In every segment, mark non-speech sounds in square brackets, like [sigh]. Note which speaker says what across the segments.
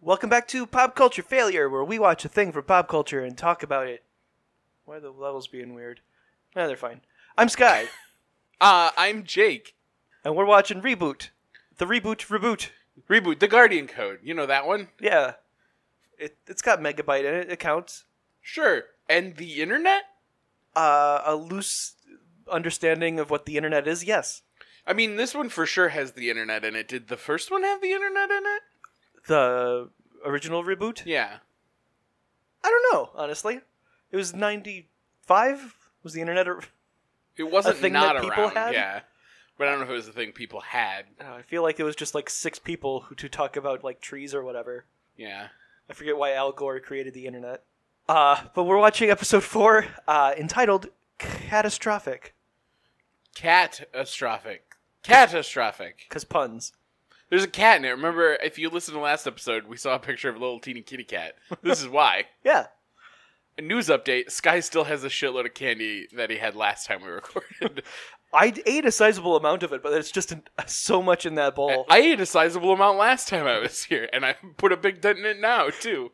Speaker 1: Welcome back to Pop Culture Failure, where we watch a thing for pop culture and talk about it. Why are the levels being weird? No, they're fine. I'm Sky,
Speaker 2: Uh, I'm Jake.
Speaker 1: and we're watching Reboot. The Reboot Reboot.
Speaker 2: Reboot the Guardian Code. You know that one?
Speaker 1: Yeah. It, it's got Megabyte in it, it counts.
Speaker 2: Sure. And the internet?
Speaker 1: Uh, a loose understanding of what the internet is, yes.
Speaker 2: I mean, this one for sure has the internet in it. Did the first one have the internet in it?
Speaker 1: The original Reboot?
Speaker 2: Yeah.
Speaker 1: I don't know, honestly. It was 95? Was the internet. A-
Speaker 2: It wasn't
Speaker 1: thing
Speaker 2: not
Speaker 1: that people
Speaker 2: around.
Speaker 1: had?
Speaker 2: Yeah. But I don't know if it was a thing people had.
Speaker 1: Oh, I feel like it was just like six people who to talk about like trees or whatever.
Speaker 2: Yeah.
Speaker 1: I forget why Al Gore created the internet. Uh, but we're watching episode four, uh, entitled "Catastrophic"
Speaker 2: Catastrophic. Catastrophic.
Speaker 1: because puns.
Speaker 2: There's a cat in it. Remember, if you listen to last episode, we saw a picture of a little teeny kitty cat. This is why. [laughs]
Speaker 1: Yeah,
Speaker 2: A news update Sky still has a shitload of candy that he had last time we [laughs] recorded.
Speaker 1: I d- ate a sizable amount of it, but there's just an, so much in that bowl.
Speaker 2: [laughs] I ate a sizable amount last time I was here, and I put a big dent in it now too.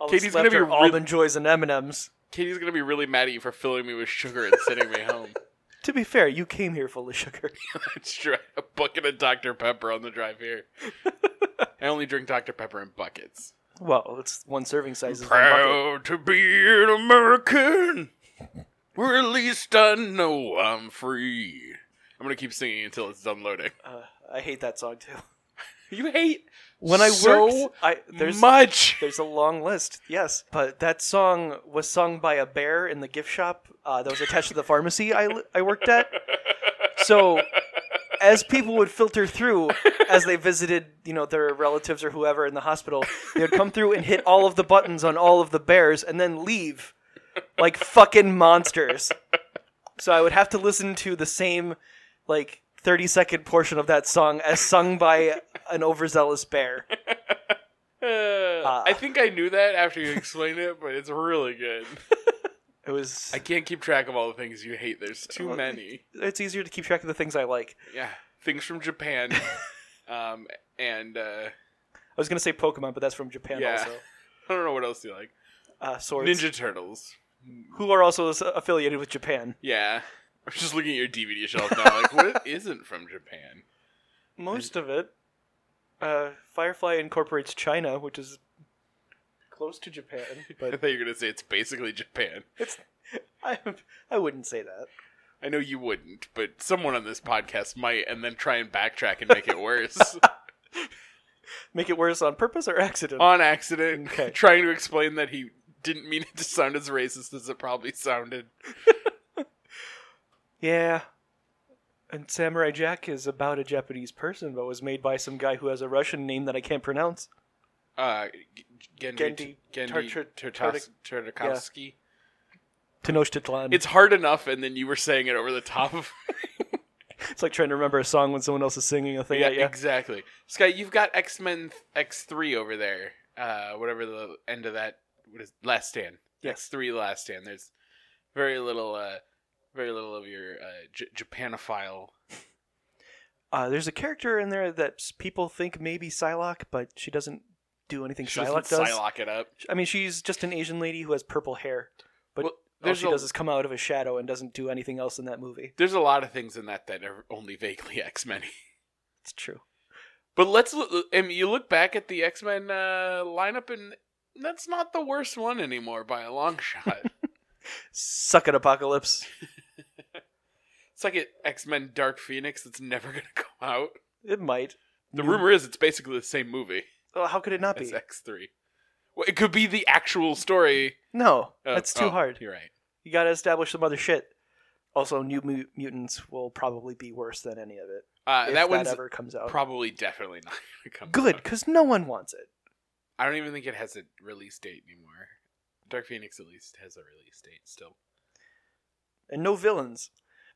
Speaker 1: All that's
Speaker 2: Katie's
Speaker 1: left
Speaker 2: gonna be
Speaker 1: are
Speaker 2: re-
Speaker 1: almond joys and M and M's.
Speaker 2: Katie's gonna be really mad at you for filling me with sugar and sending me [laughs] home.
Speaker 1: To be fair, you came here full of sugar. [laughs]
Speaker 2: That's true. A bucket of Dr Pepper on the drive here. I only drink Dr Pepper in buckets.
Speaker 1: well, it's one serving size. is one bucket.
Speaker 2: Proud to be an American. Where at least I know I'm free. I'm gonna keep singing until it's done loading.
Speaker 1: Uh, I hate that song too.
Speaker 2: You hate
Speaker 1: When I
Speaker 2: So
Speaker 1: worked, I there's
Speaker 2: much. [laughs]
Speaker 1: There's a long list, yes. But that song was sung by a bear in the gift shop uh, that was attached to the pharmacy I, I worked at. So, as people would filter through as they visited, you know, their relatives or whoever in the hospital, they would come through and hit all of the buttons on all of the bears and then leave like fucking monsters. So I would have to listen to the same like 30 second portion of that song as sung by an overzealous bear.
Speaker 2: Uh, I think I knew that after you explained it, but it's really good.
Speaker 1: It was
Speaker 2: I can't keep track of all the things you hate. There's too
Speaker 1: Well,
Speaker 2: many.
Speaker 1: it's easier to keep track of the things I like.
Speaker 2: Yeah, things from Japan, um, and uh,
Speaker 1: I was gonna say Pokemon, but that's from Japan
Speaker 2: Yeah.
Speaker 1: also.
Speaker 2: I don't know what else you like.
Speaker 1: Uh, swords,
Speaker 2: Ninja Turtles.
Speaker 1: who are also s- affiliated with Japan.
Speaker 2: Yeah, I'm just looking at your DVD shelf now. Like, what isn't from Japan?
Speaker 1: Most of it. Uh, Firefly incorporates China, which is close to Japan,
Speaker 2: [laughs] I
Speaker 1: but
Speaker 2: thought you were gonna say it's basically Japan.
Speaker 1: I, I wouldn't say that.
Speaker 2: I know you wouldn't, but someone on this podcast might, and then try and backtrack and make it worse
Speaker 1: Make it worse on purpose or accident.
Speaker 2: on accident.
Speaker 1: Okay.
Speaker 2: Trying to explain that he didn't mean it to sound as racist as it probably sounded.
Speaker 1: yeah. And Samurai Jack is about a Japanese person, but was made by some guy who has a Russian name that I can't pronounce.
Speaker 2: Uh, G-
Speaker 1: Gendy
Speaker 2: Gendy
Speaker 1: Tartar-
Speaker 2: Gendy Tartas- Tartakovsky.
Speaker 1: Tenochtitlan.
Speaker 2: It's hard enough, and then you were saying it over the
Speaker 1: [laughs]
Speaker 2: top of.
Speaker 1: it's like trying to remember a song when someone else is singing a thing
Speaker 2: yeah,
Speaker 1: at you.
Speaker 2: exactly. Sky, you've got X Men X three over there. Uh, whatever the end of that what is Last Stand.
Speaker 1: Yeah.
Speaker 2: X three Last Stand. There's very little, uh, very little of your uh, J- Japanophile.
Speaker 1: Uh, there's a character in there that s- people think may be Psylocke, but she doesn't do anything
Speaker 2: She
Speaker 1: Psylocke
Speaker 2: doesn't
Speaker 1: does.
Speaker 2: Psylocke it up.
Speaker 1: I mean, she's just an Asian lady who has purple hair. But
Speaker 2: Well,
Speaker 1: All
Speaker 2: there's
Speaker 1: she
Speaker 2: a,
Speaker 1: does is come out of a shadow and doesn't do anything else in that movie.
Speaker 2: there's a lot of things in that that are only vaguely [laughs] X Men.
Speaker 1: It's true.
Speaker 2: But let's look, I mean, you look back at the X Men uh, lineup, and that's not the worst one anymore by a long shot.
Speaker 1: Suck it, Apocalypse.
Speaker 2: it's like an X Men Dark Phoenix that's never [laughs] going to come out.
Speaker 1: It might.
Speaker 2: The
Speaker 1: New-
Speaker 2: rumor is it's basically the same movie
Speaker 1: Oh, how could it not
Speaker 2: as
Speaker 1: be?
Speaker 2: X Three. Well, it could be the actual story.
Speaker 1: No,
Speaker 2: of-
Speaker 1: that's too
Speaker 2: oh,
Speaker 1: hard.
Speaker 2: You're right.
Speaker 1: You gotta establish some other shit. Also, New Mu- Mutants will probably be worse than any of it
Speaker 2: Uh,
Speaker 1: if
Speaker 2: that
Speaker 1: that,
Speaker 2: one's
Speaker 1: ever comes out.
Speaker 2: probably definitely [laughs] not going to come.
Speaker 1: Good,
Speaker 2: out.
Speaker 1: because no one wants it.
Speaker 2: I don't even think it has a release date anymore. Dark Phoenix at least has a release date still.
Speaker 1: and no villains.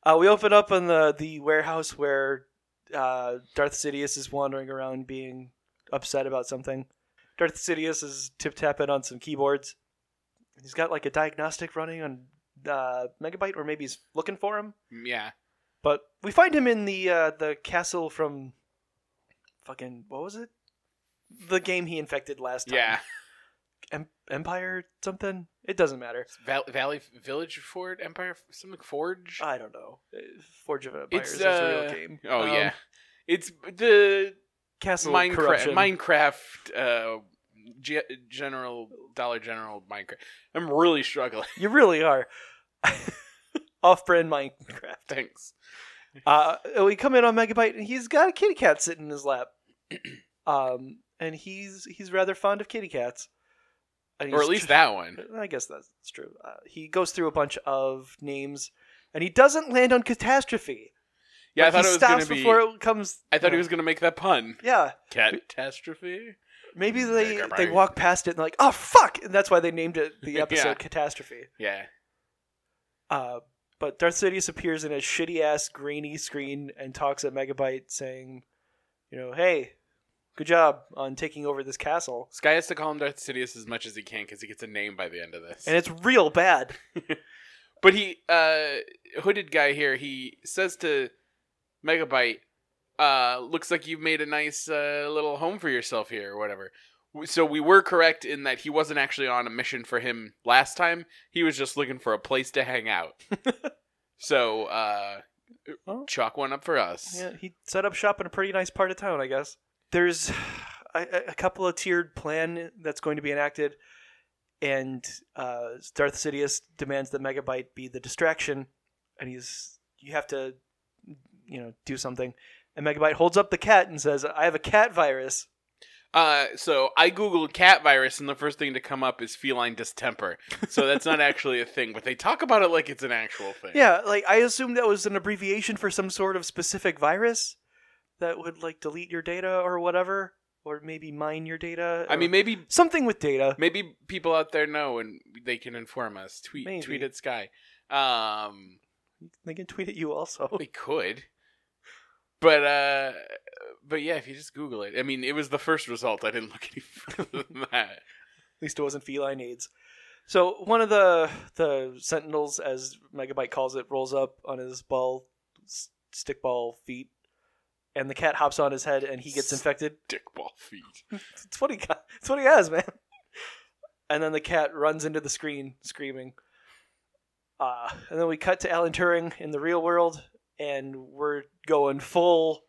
Speaker 1: Uh, we open up on the the warehouse where uh, Darth Sidious is wandering around being upset about something. Darth Sidious is tip tapping on some keyboards. He's got like a diagnostic running on uh, Megabyte, or maybe he's looking for him.
Speaker 2: Mm, Yeah.
Speaker 1: But we find him in the uh, the castle from fucking what was it? the game he infected last time.
Speaker 2: Yeah.
Speaker 1: Em- Empire something? It doesn't matter.
Speaker 2: Val- Valley Village Ford Empire something Forge.
Speaker 1: I don't know. Uh, Forge of Empires
Speaker 2: It's,
Speaker 1: is a
Speaker 2: uh,
Speaker 1: real game.
Speaker 2: oh
Speaker 1: Um,
Speaker 2: yeah, it's the
Speaker 1: Castle of
Speaker 2: Minecraft
Speaker 1: Corruption.
Speaker 2: Minecraft uh, Ge- General Dollar General Minecraft. I'm really struggling. [laughs]
Speaker 1: You really are. [laughs] Off-brand Minecraft.
Speaker 2: [laughs] Thanks.
Speaker 1: Uh, we come in on Megabyte, and he's got a kitty cat sitting in his lap. [clears throat] Um, and he's he's rather fond of kitty cats. And
Speaker 2: Or
Speaker 1: he's
Speaker 2: at least
Speaker 1: tr-
Speaker 2: that one.
Speaker 1: I guess that's true. Uh, he goes through a bunch of names, and he doesn't land on catastrophe.
Speaker 2: Yeah,
Speaker 1: Like,
Speaker 2: I
Speaker 1: he
Speaker 2: thought it was
Speaker 1: stops
Speaker 2: gonna be.
Speaker 1: before it comes.
Speaker 2: I thought he was gonna make that pun.
Speaker 1: Yeah,
Speaker 2: Catastrophe.
Speaker 1: maybe they
Speaker 2: Mega
Speaker 1: they
Speaker 2: Byte.
Speaker 1: walk past it and like, oh fuck, and that's why they named it the
Speaker 2: [laughs] Yeah.
Speaker 1: episode "Catastrophe."
Speaker 2: Yeah.
Speaker 1: Uh, but Darth Sidious appears in a shitty ass grainy screen and talks at Megabyte, saying, "You know, hey, good job on taking over this castle."
Speaker 2: Sky has to call him Darth Sidious as much as he can because he gets a name by the end of this.
Speaker 1: And it's real bad.
Speaker 2: But he, uh, hooded guy here, he says to Megabyte, uh, looks like you've made a nice uh, little home for yourself here, or whatever. W- So we were correct in that he wasn't actually on a mission for him last time. He was just looking for a place to
Speaker 1: [laughs]
Speaker 2: hang out. so, uh,
Speaker 1: Well.
Speaker 2: chalk one up for us.
Speaker 1: Yeah, he set up shop in a pretty nice part of town, I guess. There's a, a couple of tiered plan that's going to be enacted, and uh, Darth Sidious demands that Megabyte be the distraction, and he's you have to, you know, do something. And Megabyte holds up the cat and says, "I have a cat virus."
Speaker 2: Uh, so I googled cat virus, and the first thing to come up is feline distemper. So
Speaker 1: [laughs]
Speaker 2: that's not actually a thing, but they talk about it like it's an actual thing.
Speaker 1: Yeah, like I assumed that was an abbreviation for some sort of specific virus that would like delete your data or whatever, or maybe mine your data.
Speaker 2: I
Speaker 1: or
Speaker 2: mean, maybe
Speaker 1: something with data.
Speaker 2: Maybe people out there know and they can inform us. Tweet
Speaker 1: Maybe.
Speaker 2: tweet at Sky. Um
Speaker 1: They can tweet at you
Speaker 2: [laughs]
Speaker 1: also.
Speaker 2: we could. But uh but yeah, if you just Google it. I mean it was the first result. I didn't look any [laughs] further than that.
Speaker 1: At least it wasn't feline AIDS. So one of the the sentinels, as Megabyte calls it, rolls up on his ball s- stickball feet, and the cat hops on his head, and he gets infected.
Speaker 2: Dickball feet.
Speaker 1: It's what he got. [laughs] It's what he has, man. And then the cat runs into the screen screaming. Uh, and then we cut to Alan Turing in the real world, and we're going full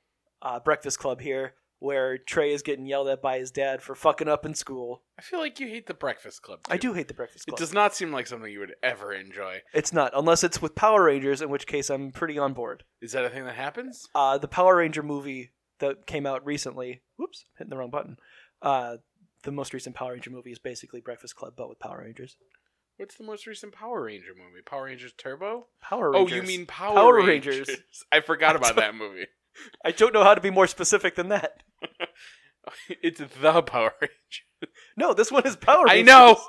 Speaker 1: uh, Breakfast Club here, where Trey is getting yelled at by his dad for fucking up in school.
Speaker 2: I feel like you hate the Breakfast Club.
Speaker 1: I
Speaker 2: too.
Speaker 1: do hate the Breakfast Club.
Speaker 2: It does not seem like something you would ever enjoy.
Speaker 1: It's not, unless it's with Power Rangers, in which case I'm pretty on board.
Speaker 2: Is that a thing that happens?
Speaker 1: Uh, the Power Ranger movie that came out recently. Whoops, hitting the wrong button. Uh, the most recent Power Ranger movie is basically Breakfast Club, but with Power Rangers.
Speaker 2: What's the most recent Power Ranger movie? Power Rangers Turbo?
Speaker 1: Power
Speaker 2: Oh,
Speaker 1: Rangers.
Speaker 2: you mean Power,
Speaker 1: Power
Speaker 2: Rangers. I
Speaker 1: [laughs]
Speaker 2: forgot
Speaker 1: I
Speaker 2: about that movie. [laughs]
Speaker 1: I don't know how to be more specific than that.
Speaker 2: It's the Power Rangers.
Speaker 1: No, this one is Power
Speaker 2: I
Speaker 1: Rangers.
Speaker 2: know.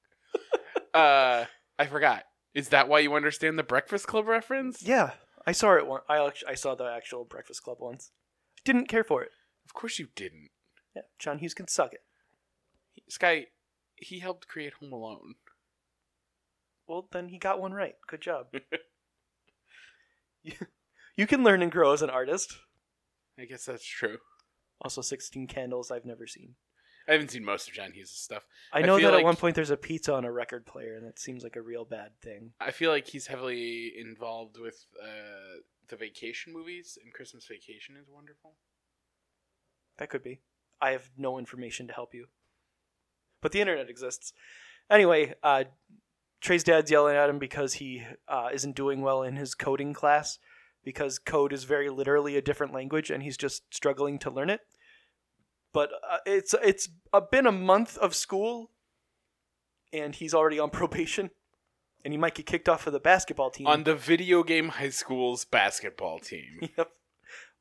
Speaker 2: [laughs] uh, I forgot. Is that why you understand the Breakfast Club reference?
Speaker 1: Yeah, I saw it one. I act- I saw the actual Breakfast Club once. Didn't care for it.
Speaker 2: Of course you didn't.
Speaker 1: Yeah, John Hughes can suck it.
Speaker 2: Sky, he helped create Home Alone.
Speaker 1: Well, then he got one right. Good job.
Speaker 2: [laughs]
Speaker 1: [laughs] You- you can learn and grow as an artist.
Speaker 2: I guess that's true.
Speaker 1: Also, 16 Candles I've never seen.
Speaker 2: I haven't seen most of John Hughes' stuff.
Speaker 1: I
Speaker 2: I
Speaker 1: know
Speaker 2: feel
Speaker 1: that
Speaker 2: like-
Speaker 1: at one point there's a pizza on a record player, and that seems like a real bad thing.
Speaker 2: I feel like he's heavily involved with uh, the vacation movies, and Christmas Vacation is wonderful.
Speaker 1: That could be. I have no information to help you. But the internet exists. Anyway, uh, Trey's dad's yelling at him because he uh, isn't doing well in his coding class, because code is very literally a different language, and he's just struggling to learn it. But uh, it's it's uh, been a month of school, and he's already on [laughs] probation, and he might get kicked off of the basketball team.
Speaker 2: On the video game high school's basketball team.
Speaker 1: [laughs] Yep.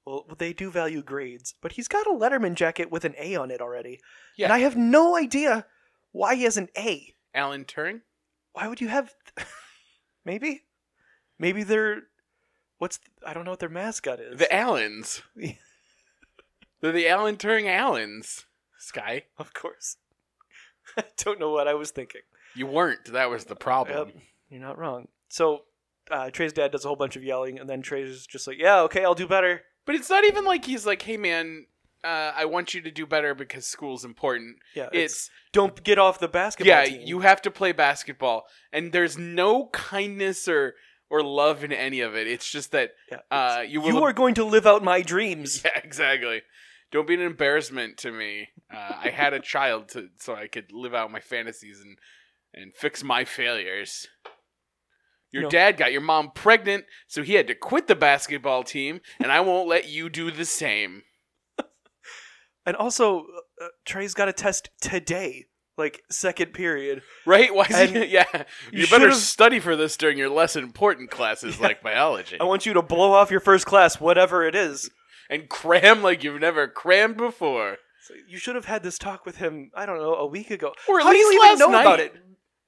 Speaker 1: Well, they do value grades, but he's got a Letterman jacket with an A on it already.
Speaker 2: Yeah.
Speaker 1: And I have no idea why he has an A.
Speaker 2: Alan Turing?
Speaker 1: Why would you have. [laughs] Maybe? Maybe they're. What's. I don't know what their mascot is.
Speaker 2: The
Speaker 1: [laughs]
Speaker 2: Allens. They're the Alan Turing Allens. Sky,
Speaker 1: of course. [laughs] I don't know what I was thinking.
Speaker 2: you weren't. That was the problem.
Speaker 1: Yep. You're not wrong. So, uh, Trey's dad does a whole bunch of yelling, and then Trey's just like, yeah, okay, I'll do better.
Speaker 2: But it's not even like he's like, hey man, uh, I want you to do better because school's important.
Speaker 1: Yeah, it's,
Speaker 2: It's
Speaker 1: don't get off the basketball.
Speaker 2: yeah,
Speaker 1: team.
Speaker 2: you have to play basketball, and there's no kindness or or love in any of it. It's just that
Speaker 1: Yeah, it's-
Speaker 2: uh, you will
Speaker 1: you are going to live out my dreams.
Speaker 2: [laughs] Yeah, exactly. Don't be an embarrassment to me. Uh, I had a child to, so I could live out my fantasies and and fix my failures. Your
Speaker 1: No.
Speaker 2: dad got your mom pregnant, so he had to quit the basketball team, and I won't let you do the same.
Speaker 1: And also, uh, Trey's got a test today, like second period.
Speaker 2: Right? Why? Is he,
Speaker 1: And
Speaker 2: yeah,
Speaker 1: you
Speaker 2: you, better
Speaker 1: should've-
Speaker 2: study for this during your less important classes like biology,
Speaker 1: I want you to blow off your first class, whatever it is.
Speaker 2: and cram like you've never crammed before.
Speaker 1: So you should have had this talk with him. I don't know, a week ago.
Speaker 2: Or at
Speaker 1: How do you
Speaker 2: least
Speaker 1: even
Speaker 2: last
Speaker 1: know
Speaker 2: night.
Speaker 1: about it?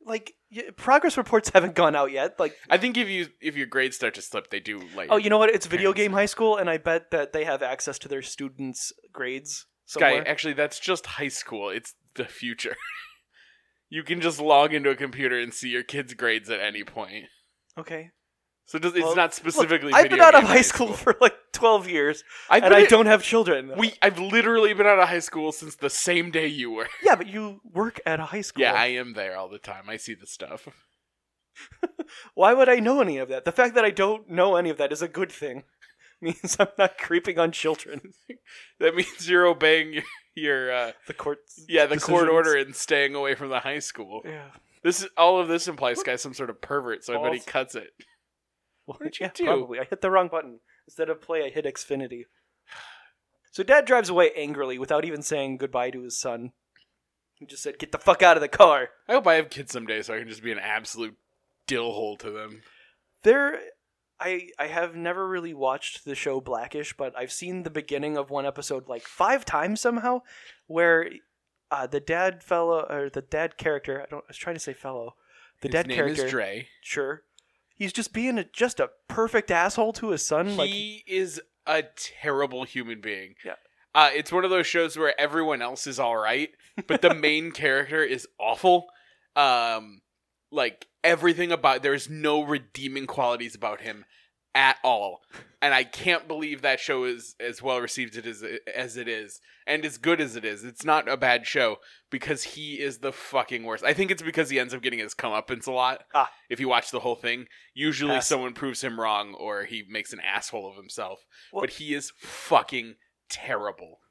Speaker 1: Like y- progress reports haven't gone out yet. Like,
Speaker 2: I think if you if your grades start to slip, they do like
Speaker 1: oh, you know what? It's video
Speaker 2: Parents.
Speaker 1: game high school, and I bet that they have access to their students' grades
Speaker 2: Guy,
Speaker 1: somewhere.
Speaker 2: actually, that's just high school. It's the future. [laughs] you can just log into a computer and see your kids' grades at any point.
Speaker 1: okay,
Speaker 2: So it does, it's
Speaker 1: Well,
Speaker 2: not specifically.
Speaker 1: Look, I've
Speaker 2: video
Speaker 1: been out of
Speaker 2: game
Speaker 1: high school, for like twelve years,
Speaker 2: I've
Speaker 1: and
Speaker 2: been
Speaker 1: I
Speaker 2: in-
Speaker 1: don't have children.
Speaker 2: We, I've literally been out of high school since the same day you were. [laughs]
Speaker 1: yeah, but you work at a high school.
Speaker 2: Yeah, I am there all the time. I see the stuff. [laughs]
Speaker 1: Why would I know any of that? The fact that I don't know any of that is a good thing. [laughs] Means I'm not creeping on children. [laughs]
Speaker 2: That means you're obeying your, your uh,
Speaker 1: The courts.
Speaker 2: yeah, the court
Speaker 1: Decisions.
Speaker 2: order and staying away from the high school.
Speaker 1: Yeah.
Speaker 2: This is, all of this implies guy's some sort of pervert. So I bet he
Speaker 1: False.
Speaker 2: cuts it.
Speaker 1: What
Speaker 2: did you
Speaker 1: yeah,
Speaker 2: do?
Speaker 1: Probably. I hit the wrong button. Instead of play, I hit Xfinity. So dad drives away angrily without even saying goodbye to his son. He just said, Get the fuck out of the car.
Speaker 2: I hope I have kids someday, so I can just be an absolute dill hole to them.
Speaker 1: There I I have never really watched the show Blackish, but I've seen the beginning of one episode like five times somehow, where uh, the dad fellow or the dad character I don't I was trying to say fellow. The
Speaker 2: His
Speaker 1: dad
Speaker 2: name
Speaker 1: character
Speaker 2: is Dre.
Speaker 1: sure. He's just being a, just a perfect asshole to his son. like
Speaker 2: he is a terrible human being.
Speaker 1: Yeah.
Speaker 2: Uh, it's one of those shows where everyone else is all right,
Speaker 1: [laughs]
Speaker 2: but the main character is awful. Um, like everything about there's no redeeming qualities about him at all, and I can't believe that show is as well received it is as it is, and as good as it is. It's not a bad show because he is the fucking worst. I think it's because he ends up getting his comeuppance a lot.
Speaker 1: Ah.
Speaker 2: If you watch the whole thing, usually
Speaker 1: Pass.
Speaker 2: someone proves him wrong or he makes an asshole of himself.
Speaker 1: Well-
Speaker 2: but he is fucking terrible.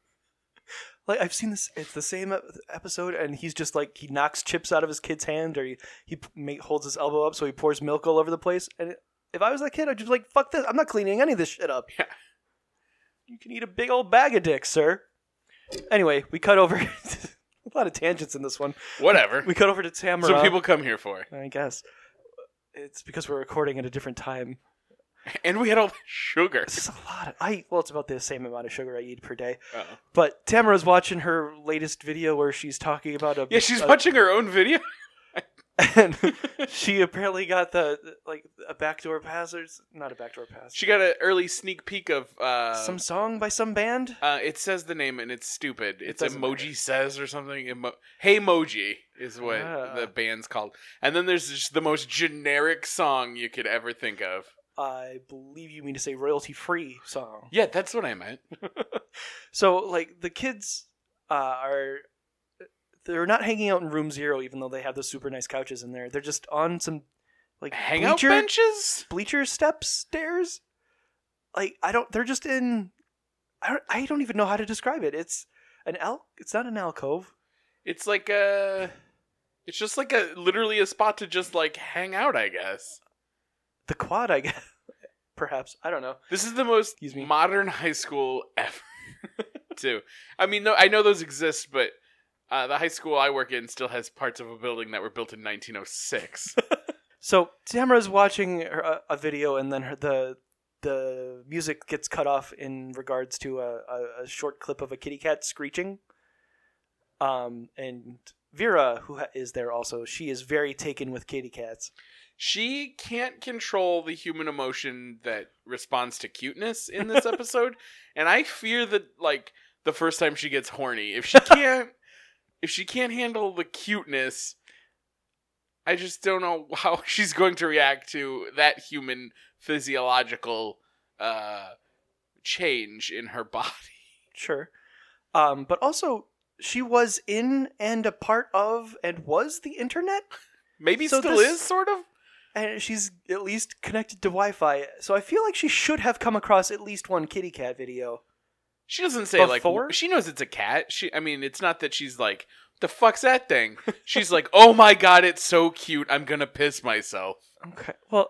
Speaker 1: like I've seen this. It's the same ep- episode, and he's just like he knocks chips out of his kid's hand, or he he p- ma- holds his elbow up so he pours milk all over the place. And if I was that kid, I'd just be like, "Fuck this! I'm not cleaning any of this shit up."
Speaker 2: Yeah.
Speaker 1: You can eat a big old bag of dicks, sir. Anyway, we cut over. [laughs] a lot of tangents in this one. [laughs]
Speaker 2: Whatever.
Speaker 1: We cut over to Tamara.
Speaker 2: So people come here for.
Speaker 1: I guess it's because we're recording at a different time.
Speaker 2: And we had all the sugar.
Speaker 1: This is a lot. Of, I well, it's about the same amount of sugar I eat per day.
Speaker 2: Oh.
Speaker 1: But Tamara's watching her latest video where she's talking about a
Speaker 2: Yeah, she's
Speaker 1: a-
Speaker 2: watching her own video.
Speaker 1: [laughs] and she apparently got the like a backdoor pass or s- not a backdoor pass.
Speaker 2: She got an early sneak peek of uh,
Speaker 1: some song by some band.
Speaker 2: uh it says the name and it's stupid. It's
Speaker 1: doesn't
Speaker 2: Emoji Says or something. Emo- hey Moji is what
Speaker 1: Ah.
Speaker 2: the band's called. And then there's just the most generic song you could ever think of.
Speaker 1: I believe you mean to say royalty free song.
Speaker 2: Yeah, that's what I meant.
Speaker 1: So like the kids uh, are they're not hanging out in room zero even though they have the super nice couches in there. They're just on some like
Speaker 2: Hangout
Speaker 1: bleacher
Speaker 2: benches?
Speaker 1: bleacher steps stairs. Like I don't. They're just in. I don't. I don't even know how to describe it. It's an al. It's not an alcove.
Speaker 2: It's like a it's just like a literally a spot to just like hang out, I guess.
Speaker 1: The quad, I guess. [laughs] Perhaps I don't know.
Speaker 2: This is the most
Speaker 1: Excuse me.
Speaker 2: modern [laughs] high school ever. [laughs] Too. I mean, no, I know those exist, but uh, the high school I work in still has parts of a building that were built in 1906.
Speaker 1: So Tamara's watching her, a, a video, and then her, the the music gets cut off in regards to a, a, a short clip of a kitty cat screeching. Um, and Vera, who ha- is there also, she is very taken with kitty cats.
Speaker 2: she can't control the human emotion that responds to cuteness in
Speaker 1: [laughs]
Speaker 2: this episode, and I fear that like the first time she gets horny, if she can't if she can't handle the cuteness, I just don't know how [laughs] she's going to react to that human physiological uh change in her body.
Speaker 1: Sure. Um, but also, she was in and a part of and was the internet,
Speaker 2: Maybe
Speaker 1: So
Speaker 2: still
Speaker 1: this-
Speaker 2: is sort of.
Speaker 1: and she's at least connected to Wi-Fi. So I feel like she should have come across at least one kitty cat video.
Speaker 2: She doesn't say
Speaker 1: Before?
Speaker 2: like she knows it's a cat. She I mean it's not that she's like the fuck's that thing. She's like, "Oh my god, it's so cute. I'm going to piss myself."
Speaker 1: Okay. Well,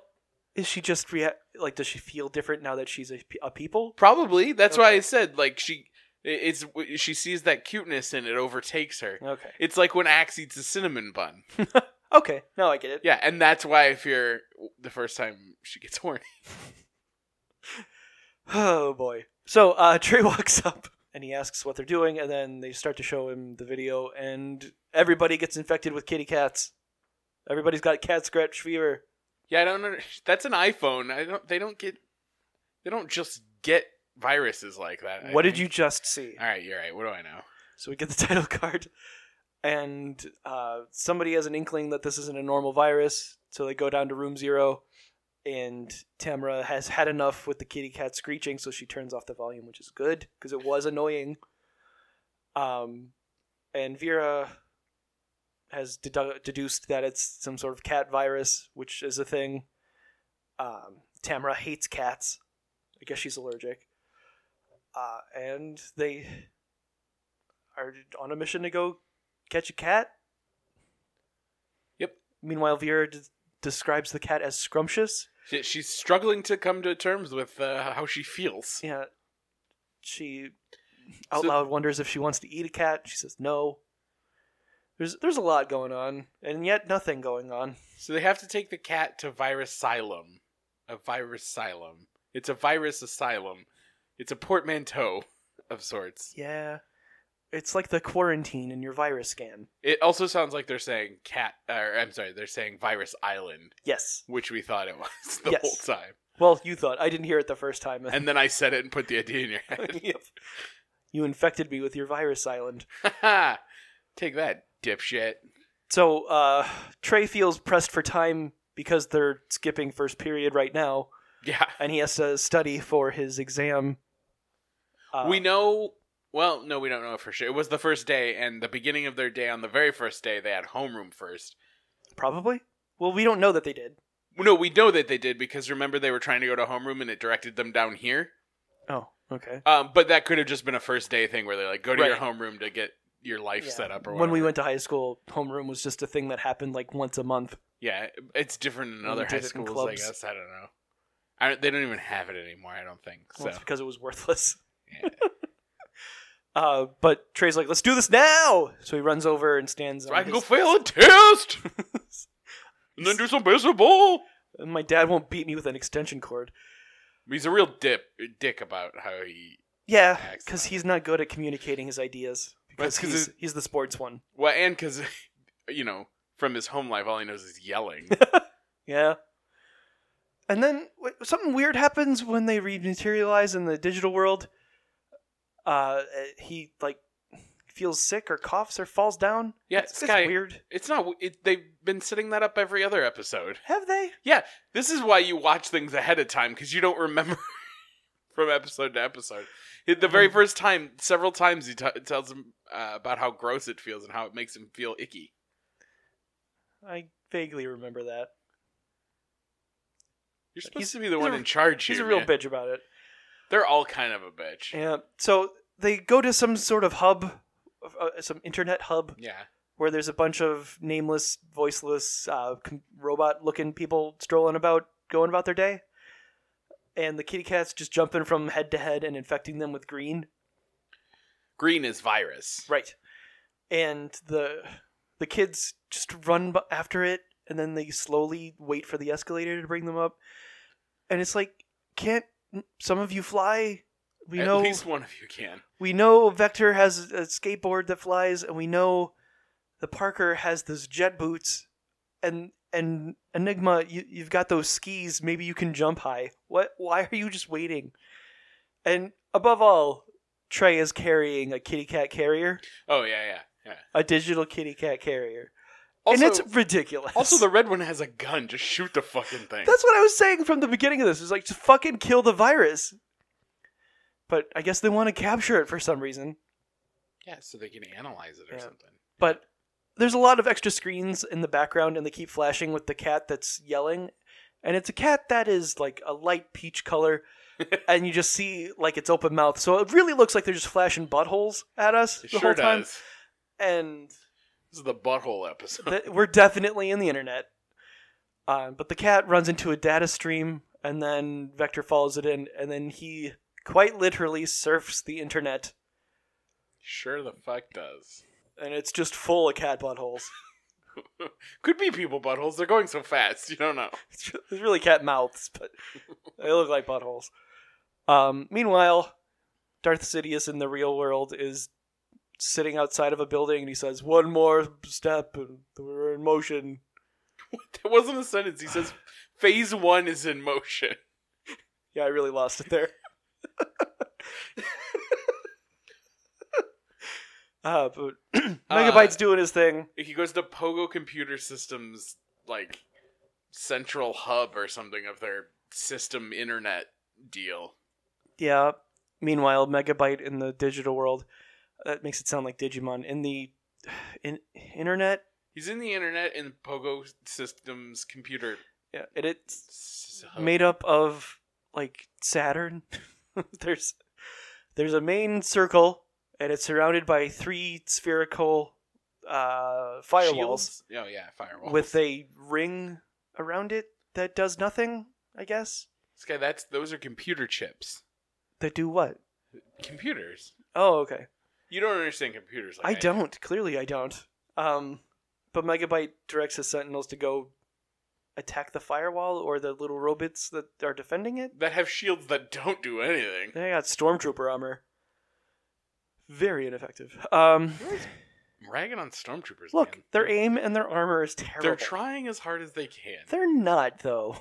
Speaker 1: is she just rea- like does she feel different now that she's a, pe- a people?
Speaker 2: Probably. That's why I said like she it's she sees that cuteness and it overtakes her.
Speaker 1: Okay.
Speaker 2: It's like when Axe eats a cinnamon bun.
Speaker 1: Okay. Now I get it.
Speaker 2: Yeah, and that's why I fear the first time she gets [laughs] horny.
Speaker 1: [sighs] Oh boy. So uh, [laughs] Trey walks up and he asks what they're doing, and then they start to show him the video, and everybody gets infected with kitty cats. Everybody's got cat scratch fever.
Speaker 2: Yeah, I don't know. That's an iPhone. I don't. They don't get. They don't just get viruses like that. I
Speaker 1: what did you
Speaker 2: think.
Speaker 1: just see?
Speaker 2: All right, you're right. What do I know?
Speaker 1: So we get the [laughs] title card, and uh, somebody has an inkling that this isn't a normal virus, so they go down to room zero, and Tamara has had enough with the kitty cat screeching, so she turns off the volume, which is good because it was annoying. Um, and Vera has dedu- deduced that it's some sort of cat virus, which is a thing. Um, Tamara hates cats. I guess she's allergic. Uh, and they are on a mission to go catch a cat.
Speaker 2: Yep.
Speaker 1: Meanwhile, Vera d- describes the cat as scrumptious.
Speaker 2: She, she's struggling to come to terms with uh, how she feels.
Speaker 1: Yeah. She out
Speaker 2: So-
Speaker 1: loud wonders if she wants to eat a cat. She says no. There's there's a lot going on, and yet nothing going on.
Speaker 2: So they have to take the cat to virus asylum. A virus asylum. It's a virus asylum. It's a portmanteau of sorts.
Speaker 1: Yeah. It's like the quarantine in your virus scan.
Speaker 2: It also sounds like they're saying cat. Or I'm sorry, they're saying virus island,
Speaker 1: Yes.
Speaker 2: which we thought it was the
Speaker 1: Yes.
Speaker 2: whole time.
Speaker 1: Well, you thought. I didn't hear it the first time.
Speaker 2: And then I said it and put the idea in your head.
Speaker 1: [laughs] Yep. You infected me with your virus island. [laughs]
Speaker 2: Haha. [laughs] Take that, dipshit.
Speaker 1: So uh, Trey feels pressed for time because they're skipping first period right now,
Speaker 2: Yeah.
Speaker 1: and he has to study for his exam. Uh,
Speaker 2: we know. Well, no, we don't know for sure. It was the first day, and the beginning of their day, on the very first day, they had homeroom first.
Speaker 1: probably. Well, we don't know that they did.
Speaker 2: No, we know that they did because remember they were trying to go to homeroom and it directed them down here.
Speaker 1: Oh, okay.
Speaker 2: Um, but that could have just been a first day thing where they like go to your
Speaker 1: Right.
Speaker 2: homeroom to get your life
Speaker 1: Yeah.
Speaker 2: set up or
Speaker 1: When we
Speaker 2: whatever.
Speaker 1: went to high school, homeroom was just a thing that happened like once a month.
Speaker 2: Yeah, it's different in
Speaker 1: We
Speaker 2: other
Speaker 1: did
Speaker 2: high
Speaker 1: it in
Speaker 2: schools, I
Speaker 1: clubs.
Speaker 2: guess. I don't know. I don't, they don't even have it anymore. I don't think
Speaker 1: Well,
Speaker 2: so.
Speaker 1: it's because it was worthless.
Speaker 2: Yeah.
Speaker 1: [laughs] uh, but Trey's like, "Let's do this now!" So he runs over and stands.
Speaker 2: So
Speaker 1: on
Speaker 2: I can go
Speaker 1: his-
Speaker 2: fail a
Speaker 1: [laughs]
Speaker 2: test and then do some baseball.
Speaker 1: and My dad won't beat me with an extension cord.
Speaker 2: He's a real dip dick about how he.
Speaker 1: Yeah,
Speaker 2: Excellent.
Speaker 1: because he's not good at communicating his ideas. Because
Speaker 2: 'cause
Speaker 1: he's,
Speaker 2: it-
Speaker 1: he's the sports one.
Speaker 2: Well, and because, [laughs] you know, from his home life, all he knows
Speaker 1: [laughs]
Speaker 2: is yelling.
Speaker 1: Yeah. And then w- something weird happens when they rematerialize in the digital world. Uh, he like feels sick or coughs or falls down.
Speaker 2: Yeah,
Speaker 1: it's, it's
Speaker 2: Sky-
Speaker 1: weird.
Speaker 2: it's not. It, they've been setting that up every other episode.
Speaker 1: Have they?
Speaker 2: This is why you watch things ahead of time because you don't remember [laughs] from episode to episode. It- The
Speaker 1: Mm-hmm.
Speaker 2: very first time, several times, he t- tells him uh, about how gross it feels and how it makes him feel icky.
Speaker 1: I vaguely remember that.
Speaker 2: You're supposed
Speaker 1: He's-
Speaker 2: to be the
Speaker 1: he's
Speaker 2: one
Speaker 1: a-
Speaker 2: in charge here.
Speaker 1: He's a real
Speaker 2: man.
Speaker 1: bitch about it.
Speaker 2: They're all kind of a bitch.
Speaker 1: Yeah. So they go to some sort of hub, uh, some internet hub
Speaker 2: yeah.
Speaker 1: where there's a bunch of nameless, voiceless, uh, com- robot-looking people strolling about, going about their day, and the kitty cats just jumping from head to head and infecting them with green.
Speaker 2: Green is virus.
Speaker 1: Right. And the the kids just run b- after it, and then they slowly wait for the escalator to bring them up, and it's like, can't some of you fly? We
Speaker 2: At
Speaker 1: know
Speaker 2: least one of you can.
Speaker 1: we know Vector has a skateboard that flies, and we know the Parker has those jet boots, and and Enigma, you, you've got those skis. Maybe you can jump high. What? Why are you just waiting? And above all, Trey is carrying a kitty cat carrier,
Speaker 2: Oh yeah, yeah, yeah.
Speaker 1: a digital kitty cat carrier,
Speaker 2: Also,
Speaker 1: and it's ridiculous. [laughs]
Speaker 2: also the red one has a gun. Just shoot the fucking thing.
Speaker 1: That's what I was saying from the beginning of this. Is like just fucking kill the virus. But I guess they want to capture it for some reason.
Speaker 2: Yeah, so they can analyze it or
Speaker 1: Yeah.
Speaker 2: something.
Speaker 1: But there's a lot of extra screens in the background, and they keep flashing with the cat that's yelling. And it's a cat that is like a light peach
Speaker 2: [laughs]
Speaker 1: color, and you just see like its open mouth. So it really looks like they're just flashing buttholes at us the
Speaker 2: It sure
Speaker 1: whole time.
Speaker 2: does.
Speaker 1: And
Speaker 2: [laughs] This is the butthole episode. [laughs]
Speaker 1: th- we're definitely in the internet. Uh, but the cat runs into a data stream, and then Vector follows it in, and then he quite literally surfs the internet,
Speaker 2: Sure the fuck does.
Speaker 1: and it's just full of cat buttholes.
Speaker 2: Could be people buttholes. They're going so fast. You don't know. [laughs]
Speaker 1: It's ju- it's really cat mouths, but they look like buttholes. Um, meanwhile, Darth Sidious in the real world is sitting outside of a building and he says, One more step and we're in motion.
Speaker 2: That wasn't a sentence.
Speaker 1: [laughs]
Speaker 2: He says phase one is in motion.
Speaker 1: Yeah, I really lost it there. [laughs] uh, but [clears throat] Megabyte's doing his thing.
Speaker 2: He goes to Pogo Computer Systems like central hub or something of their system internet deal.
Speaker 1: Yeah. Meanwhile, Megabyte in the digital world. That makes it sound like Digimon. In the [sighs] in, internet.
Speaker 2: He's in the internet in Pogo Systems computer.
Speaker 1: Yeah, and it's
Speaker 2: s- hub.
Speaker 1: made up of like Saturn. [laughs] there's there's a main circle and it's surrounded by three spherical uh, firewalls
Speaker 2: Shields? Oh yeah, firewall.
Speaker 1: with a ring around it that does nothing. I guess
Speaker 2: this guy, that's those are computer chips.
Speaker 1: that do what?
Speaker 2: Computers.
Speaker 1: Oh, okay.
Speaker 2: You don't understand computers. Like
Speaker 1: I don't. Clearly, I don't. Um, but Megabyte directs his sentinels to go attack the firewall or the little robots that are defending it.
Speaker 2: That have shields that don't do anything.
Speaker 1: They got stormtrooper armor. Very ineffective. Um,
Speaker 2: Ragging on stormtroopers.
Speaker 1: look,
Speaker 2: man.
Speaker 1: their aim and their armor is terrible.
Speaker 2: They're trying as hard as they can.
Speaker 1: They're not though.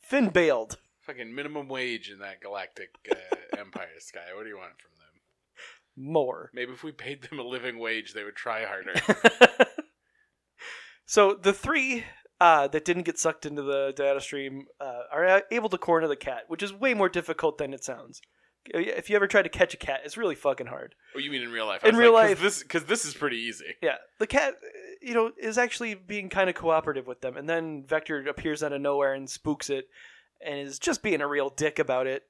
Speaker 1: Finn bailed.
Speaker 2: Fucking minimum wage in that galactic
Speaker 1: [laughs]
Speaker 2: uh, empire sky. What do you want from them? [laughs]
Speaker 1: More.
Speaker 2: Maybe if we paid them a living wage, they would try harder.
Speaker 1: [laughs] so the three uh, that didn't get sucked into the data stream uh, are a- able to corner the cat, which is way more difficult than it sounds. If you ever try to catch a cat, it's really fucking hard.
Speaker 2: oh, you mean in real life?
Speaker 1: In real life.
Speaker 2: because this is pretty easy.
Speaker 1: Yeah, the cat, you know, is actually being kind of cooperative with them, and then Vector appears out of nowhere and spooks it, and is just being a real dick about it.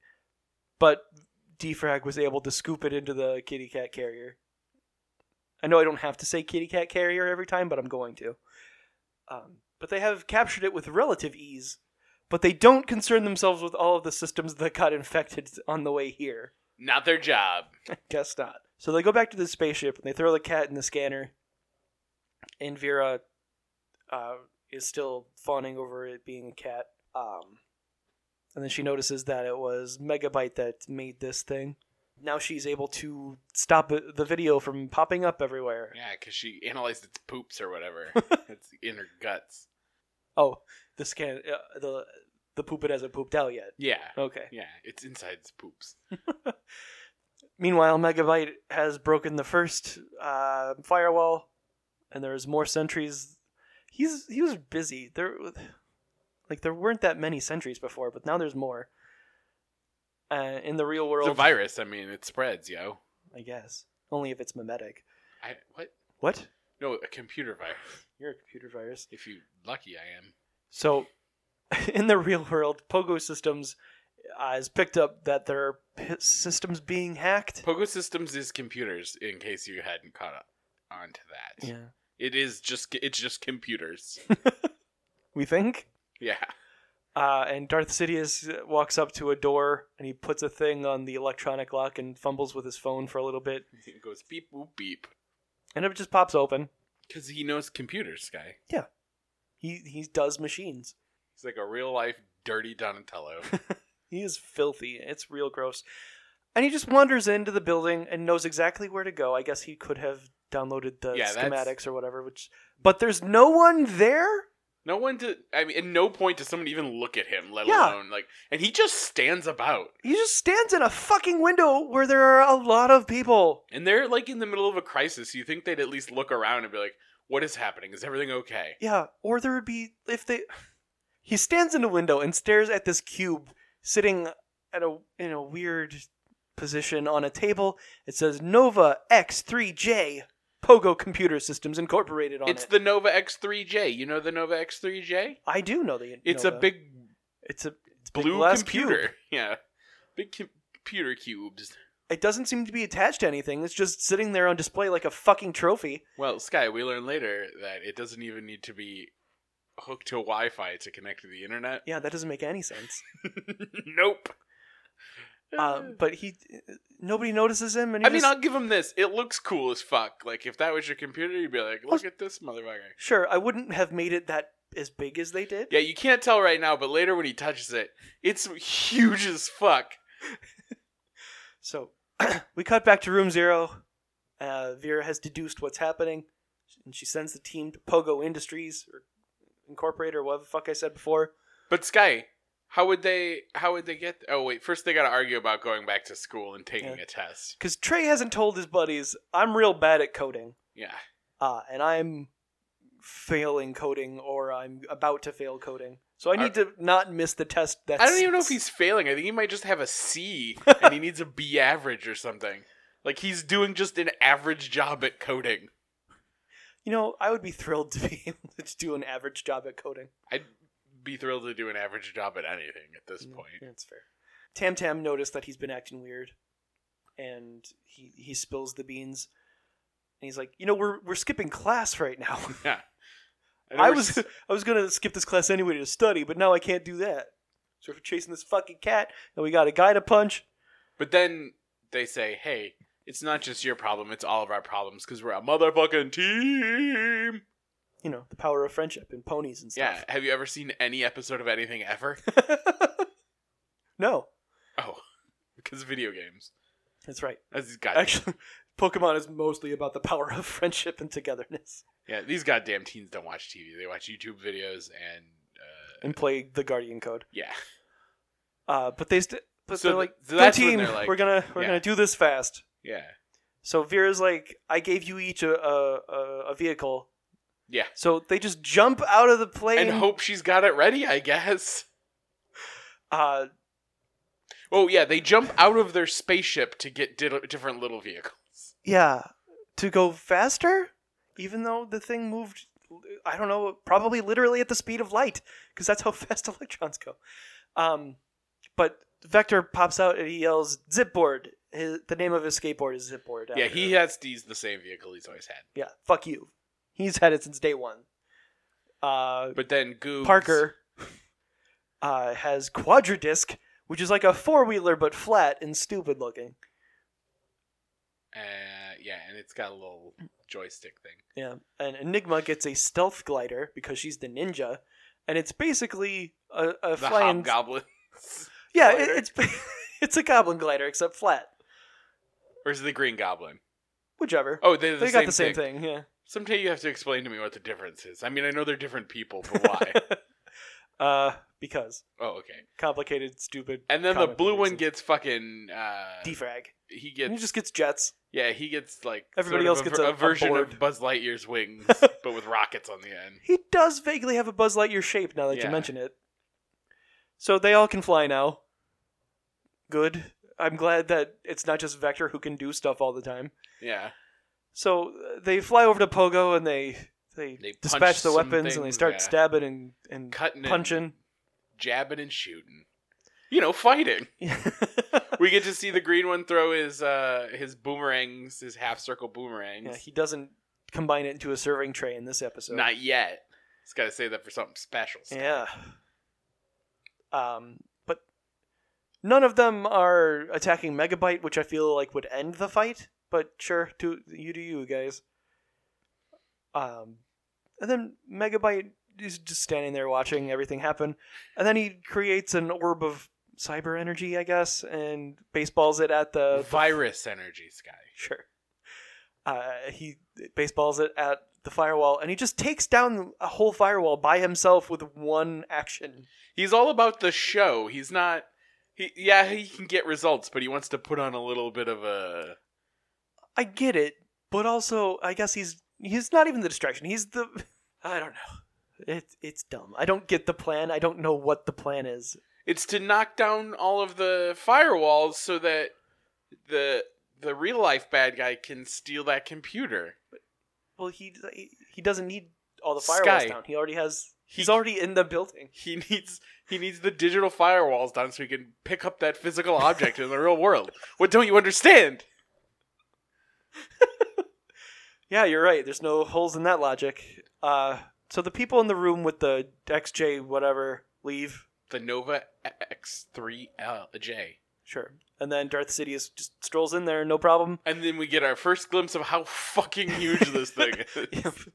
Speaker 1: But Defrag was able to scoop it into the kitty cat carrier. I know I don't have to say kitty cat carrier every time, but I'm going to. Um, but they have captured it with relative ease, but they don't concern themselves with all of the systems that got infected on the way here.
Speaker 2: Not their job.
Speaker 1: Guess not. So they go back to the spaceship and they throw the cat in the scanner. And Vera uh, is still fawning over it being a cat. Um, and then she notices that it was Megabyte that made this thing. Now she's able to stop it- the video from popping up everywhere.
Speaker 2: Yeah, because she analyzed its poops or
Speaker 1: [laughs]
Speaker 2: whatever. it's in her guts.
Speaker 1: Oh, the scan uh, the the poop it hasn't pooped out yet.
Speaker 2: Yeah.
Speaker 1: Okay.
Speaker 2: Yeah, it's inside its poops.
Speaker 1: Meanwhile, Megabyte has broken the first uh, firewall, and there is more sentries. He's he was busy. There, like there weren't that many sentries before, but now there's more. Uh, in the real
Speaker 2: It's a
Speaker 1: world,
Speaker 2: virus. I mean, it spreads, yo.
Speaker 1: I guess only if it's mimetic.
Speaker 2: I what?
Speaker 1: What?
Speaker 2: No, a computer virus.
Speaker 1: You're a computer virus.
Speaker 2: If you lucky, I am.
Speaker 1: So, [laughs] in the real world, Pogo Systems uh, has picked up that there are p- systems being hacked.
Speaker 2: Pogo Systems is computers. In case you hadn't caught up onto that,
Speaker 1: Yeah,
Speaker 2: it is just it's
Speaker 1: [laughs]
Speaker 2: just computers.
Speaker 1: we think.
Speaker 2: yeah.
Speaker 1: Uh, and Darth Sidious uh, walks up to a door and he puts a thing on the electronic lock and fumbles with his phone for a little bit,
Speaker 2: It goes beep boop beep.
Speaker 1: and it just pops open.
Speaker 2: Because he knows computers, guy.
Speaker 1: He he does machines.
Speaker 2: He's like a real life
Speaker 1: [laughs]
Speaker 2: dirty Donatello.
Speaker 1: He is filthy. It's real gross. And he just wanders into the building and knows exactly where to go. I guess he could have downloaded the
Speaker 2: Yeah, that's-
Speaker 1: schematics or whatever. Which, but there's no one there.
Speaker 2: no one to I mean at no point does someone even look at him, let
Speaker 1: Yeah.
Speaker 2: alone like and he just stands about.
Speaker 1: He just stands in a fucking window where there are a lot of people.
Speaker 2: And they're like in the middle of a crisis. You think they'd at least look around and be like, "What is happening? Is everything okay?"
Speaker 1: Yeah, or there would be if they. [sighs] He stands in a window and stares at this cube sitting at a in a weird position on a table. It says Nova X3J Pogo Computer Systems Incorporated on
Speaker 2: It's
Speaker 1: it.
Speaker 2: the Nova X3J. You know the Nova X3J?
Speaker 1: I do know the.
Speaker 2: It's
Speaker 1: Nova.
Speaker 2: a big
Speaker 1: It's a it's a big
Speaker 2: blue
Speaker 1: glass
Speaker 2: computer.
Speaker 1: cube.
Speaker 2: [laughs] Yeah. Big com- computer cubes.
Speaker 1: It doesn't seem to be attached to anything. It's just sitting there on display like a fucking trophy.
Speaker 2: Well, Sky, we learn later that it doesn't even need to be hooked to Wi Fi to connect to the internet. [laughs]
Speaker 1: Yeah, that doesn't make any sense.
Speaker 2: [sighs] nope. Uh,
Speaker 1: um, but he, nobody notices him, and
Speaker 2: I
Speaker 1: he
Speaker 2: mean,
Speaker 1: just-
Speaker 2: I'll give him this. It looks cool as fuck. Like, if that was your computer, you'd be like, look at this motherfucker.
Speaker 1: sure, I wouldn't have made it that as big as they did.
Speaker 2: Yeah, you can't tell right now, but later when he touches it, it's [laughs] huge as fuck.
Speaker 1: So [clears throat] we cut back to room zero. Uh, Vera has deduced what's happening, and she sends the team to Pogo Industries or Incorporated or whatever the fuck I said before.
Speaker 2: But Sky, how would they? How would they get? Oh wait, first they got to argue about going back to school and taking
Speaker 1: Yeah.
Speaker 2: a test.
Speaker 1: Because Trey hasn't told his buddies, I'm real bad at coding,
Speaker 2: Yeah,
Speaker 1: uh, and I'm failing coding or I'm about to fail coding. So I need to not miss the test. That's
Speaker 2: I don't even know if he's failing. I think he might just have
Speaker 1: [laughs]
Speaker 2: a C and he needs a B average or something. Like he's doing just an average job at coding.
Speaker 1: You know, I would be thrilled to be [laughs] able to do an average job at coding.
Speaker 2: I'd be thrilled to do an average job at anything at this
Speaker 1: Mm,
Speaker 2: point. [laughs]
Speaker 1: That's fair. Tam Tam noticed that he's been acting weird, and he he spills the beans, and he's like, you know, we're we're skipping class right
Speaker 2: [laughs]
Speaker 1: now.
Speaker 2: Yeah, know
Speaker 1: I
Speaker 2: we're
Speaker 1: was
Speaker 2: s- [laughs]
Speaker 1: [laughs] I was gonna skip this class anyway to study, but now I can't do that. So if we're chasing this fucking cat, and we got a guy to punch.
Speaker 2: But then they say, "Hey, it's not just your problem; it's all of our problems because we're a motherfucking team."
Speaker 1: You know, the power of friendship and ponies and
Speaker 2: Yeah.
Speaker 1: stuff.
Speaker 2: Have you ever seen any episode of
Speaker 1: [laughs]
Speaker 2: anything ever? [laughs]
Speaker 1: no,
Speaker 2: Oh, because of video games.
Speaker 1: that's right.
Speaker 2: That's these goddamn,
Speaker 1: Actually, [laughs] Pokemon is mostly about the power of [laughs] friendship and togetherness,
Speaker 2: yeah, these goddamn teens don't watch TV. They watch YouTube videos and uh,
Speaker 1: and play the Guardian Code.
Speaker 2: yeah.
Speaker 1: Uh, but they st- but
Speaker 2: So
Speaker 1: they're
Speaker 2: th-
Speaker 1: like,
Speaker 2: so that's when
Speaker 1: 13,
Speaker 2: they're like-
Speaker 1: we're gonna we're
Speaker 2: yeah.
Speaker 1: gonna do this fast.
Speaker 2: Yeah.
Speaker 1: So Vera's like, I gave you each a a, a, a vehicle.
Speaker 2: Yeah.
Speaker 1: So they just jump out of the plane.
Speaker 2: And hope she's got it ready, I guess. [laughs]
Speaker 1: uh,
Speaker 2: Oh yeah, they jump out of their spaceship to get did- different little vehicles.
Speaker 1: yeah, to go faster, even though the thing moved. I don't know, probably literally at the speed of light, because that's how [laughs] fast electrons go. Um, but Vector pops out and he yells, "Zipboard!" His, the name of his skateboard is Zipboard.
Speaker 2: Yeah,
Speaker 1: after-
Speaker 2: he has to use the same vehicle he's always had.
Speaker 1: Yeah, fuck you. He's had it since day one. Uh,
Speaker 2: But then Googs
Speaker 1: Parker uh, has Quadradisc, which is like a four wheeler but flat and stupid looking.
Speaker 2: uh, yeah, and it's got a little joystick thing.
Speaker 1: Yeah. And Enigma gets a stealth glider because she's the ninja, and it's basically a, a
Speaker 2: The
Speaker 1: flying.
Speaker 2: hobgoblin,
Speaker 1: yeah, it,
Speaker 2: glider.
Speaker 1: it's [laughs] it's a goblin glider except flat,
Speaker 2: [laughs] or is it the green goblin?
Speaker 1: whichever.
Speaker 2: Oh, they're the
Speaker 1: they
Speaker 2: same
Speaker 1: got the same thing. Yeah.
Speaker 2: Someday you have to explain to me what the difference is. I mean, I know they're different people, but
Speaker 1: [laughs]
Speaker 2: why?
Speaker 1: Uh, because
Speaker 2: oh, okay.
Speaker 1: complicated, stupid.
Speaker 2: And then the
Speaker 1: comic
Speaker 2: blue
Speaker 1: book
Speaker 2: one
Speaker 1: reasons.
Speaker 2: gets fucking. Uh,
Speaker 1: defrag.
Speaker 2: he
Speaker 1: And he
Speaker 2: gets.
Speaker 1: just gets jets.
Speaker 2: Yeah, he gets like.
Speaker 1: Everybody
Speaker 2: sort
Speaker 1: else
Speaker 2: of
Speaker 1: gets
Speaker 2: ver-
Speaker 1: a- a
Speaker 2: version of
Speaker 1: board.
Speaker 2: Buzz Lightyear's
Speaker 1: [laughs]
Speaker 2: wings, but with rockets on the end.
Speaker 1: He does vaguely have a Buzz Lightyear shape now that
Speaker 2: Yeah.
Speaker 1: you mention it. So they all can fly now. Good. I'm glad that it's not just Vector who can do stuff all the time.
Speaker 2: Yeah.
Speaker 1: So uh, they fly over to Pogo and they they,
Speaker 2: They punch
Speaker 1: dispatch the
Speaker 2: some
Speaker 1: weapons and they
Speaker 2: things,
Speaker 1: start
Speaker 2: yeah.
Speaker 1: stabbing and and
Speaker 2: Cutting and
Speaker 1: punching. [laughs]
Speaker 2: jabbing and shooting. You know, fighting.
Speaker 1: yeah,
Speaker 2: We get to see the green one throw his uh his boomerangs, his half circle boomerangs.
Speaker 1: he doesn't combine it into a serving tray in this episode.
Speaker 2: Not yet. It's got to say that for something special.
Speaker 1: Yeah. Um, but none of them are attacking Megabyte, which I feel like would end the fight. But sure, to you do you guys. Um, and then Megabyte is just standing there watching everything happen, and then he creates an orb of cyber energy, I guess, and baseballs it at the,
Speaker 2: [laughs]
Speaker 1: the
Speaker 2: Virus energy, Sky.
Speaker 1: Sure. Uh, he baseballs it at the firewall, and he just takes down a whole firewall by himself with one action.
Speaker 2: He's all about the show. He's not. He yeah, he can get results, but he wants to put on a little bit of a.
Speaker 1: I get it, but also I guess he's he's not even the distraction. He's the [laughs] I don't know. It it's dumb. I don't get the plan. I don't know what the plan is.
Speaker 2: It's to knock down all of the firewalls so that the the real life bad guy can steal that computer.
Speaker 1: Well, he he doesn't need all the firewalls
Speaker 2: Sky.
Speaker 1: down. He already has. He's
Speaker 2: He-
Speaker 1: already in the building.
Speaker 2: He [laughs] needs he needs the digital firewalls done so he can pick up that physical object in the real world. What don't you understand?
Speaker 1: Yeah, you're right. There's no holes in that logic. Uh, so the people in the room with the XJ whatever leave.
Speaker 2: The Nova X3J.
Speaker 1: Sure. And then Darth Sidious just strolls in there, no problem.
Speaker 2: And then we get our first glimpse of how fucking huge this thing is.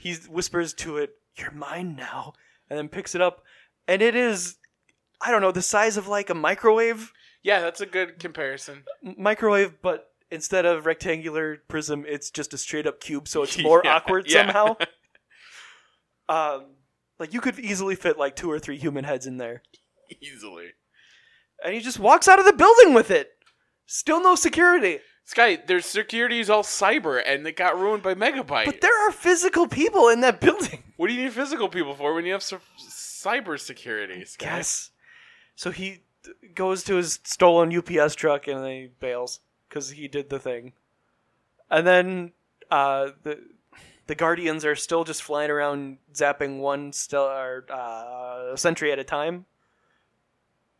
Speaker 1: he whispers to it, "You're mine now," and then picks it up, and it is, I don't know, the size of like a microwave,
Speaker 2: Yeah, that's a good comparison.
Speaker 1: M- microwave, but instead of rectangular prism, it's just a straight up cube, so
Speaker 2: [laughs]
Speaker 1: it's more
Speaker 2: Yeah,
Speaker 1: awkward
Speaker 2: yeah. [laughs]
Speaker 1: somehow. um, like you could easily fit like two or three human heads in there,
Speaker 2: Easily.
Speaker 1: and he just walks out of the building with it. Still no security,
Speaker 2: Sky, their security is all cyber and it got ruined by Megabyte.
Speaker 1: but there are physical people in that building.
Speaker 2: what do you need physical people for when you have cy- cyber security, Sky?
Speaker 1: Yes. So he d- goes to his stolen UPS truck and then he bails because he did the thing. And then uh, the the guardians are still just flying around, zapping one stellar uh, sentry at a time.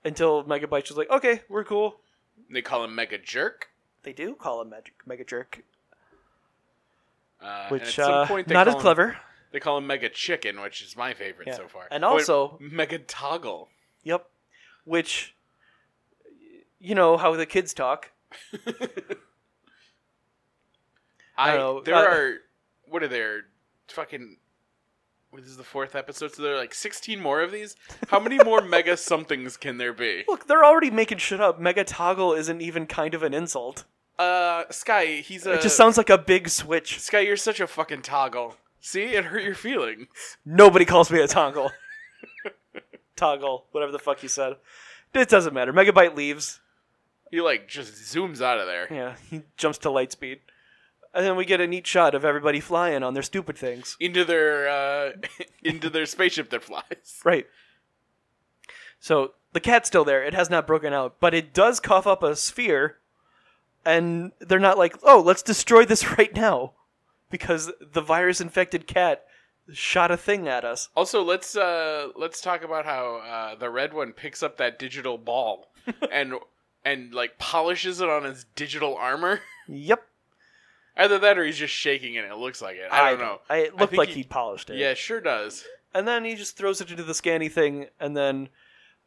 Speaker 1: Until Megabyte's just like, okay, we're cool.
Speaker 2: They call him Mega Jerk.
Speaker 1: They do call him Magic Mega Jerk,
Speaker 2: Uh, and
Speaker 1: which
Speaker 2: at some
Speaker 1: uh,
Speaker 2: point they
Speaker 1: not
Speaker 2: call
Speaker 1: as
Speaker 2: him-
Speaker 1: clever.
Speaker 2: they call him Mega Chicken, which is my favorite
Speaker 1: Yeah.
Speaker 2: so far.
Speaker 1: And
Speaker 2: Oh, wait,
Speaker 1: also-
Speaker 2: Mega Toggle. [laughs]
Speaker 1: Yep. Which, you know how the kids talk.
Speaker 2: I,
Speaker 1: know,
Speaker 2: there
Speaker 1: uh,
Speaker 2: are what are there fucking what is the fourth episode? So there are like sixteen more of these. How many
Speaker 1: [laughs]
Speaker 2: more mega somethings can there be?
Speaker 1: Look, they're already making shit up. Mega Toggle isn't even kind of an insult.
Speaker 2: Uh, Sky, he's a
Speaker 1: It just sounds like a big switch.
Speaker 2: Sky. You're such a fucking toggle. See, it hurt your feelings.
Speaker 1: Nobody calls me a toggle. toggle, whatever the fuck you said. It doesn't matter. Megabyte leaves.
Speaker 2: He like just zooms out of there.
Speaker 1: Yeah, he jumps to light speed. And then we get a neat shot of everybody flying on their stupid things.
Speaker 2: Into their uh, [laughs] into their spaceship that flies.
Speaker 1: Right. So the cat's still there. It has not broken out, but it does cough up a sphere. And they're not like, oh, let's destroy this [laughs] right now. Because the virus infected cat shot a thing at us.
Speaker 2: Also, let's uh, let's talk about how uh, the red one picks up that digital ball
Speaker 1: [laughs]
Speaker 2: and and like polishes it on his digital armor. [laughs]
Speaker 1: Yep.
Speaker 2: Either that or he's just shaking and it looks like it. I don't know.
Speaker 1: I, it looked
Speaker 2: think
Speaker 1: like
Speaker 2: he-
Speaker 1: he, polished it.
Speaker 2: Yeah, it sure does.
Speaker 1: And then he just throws it into the scanny thing, and then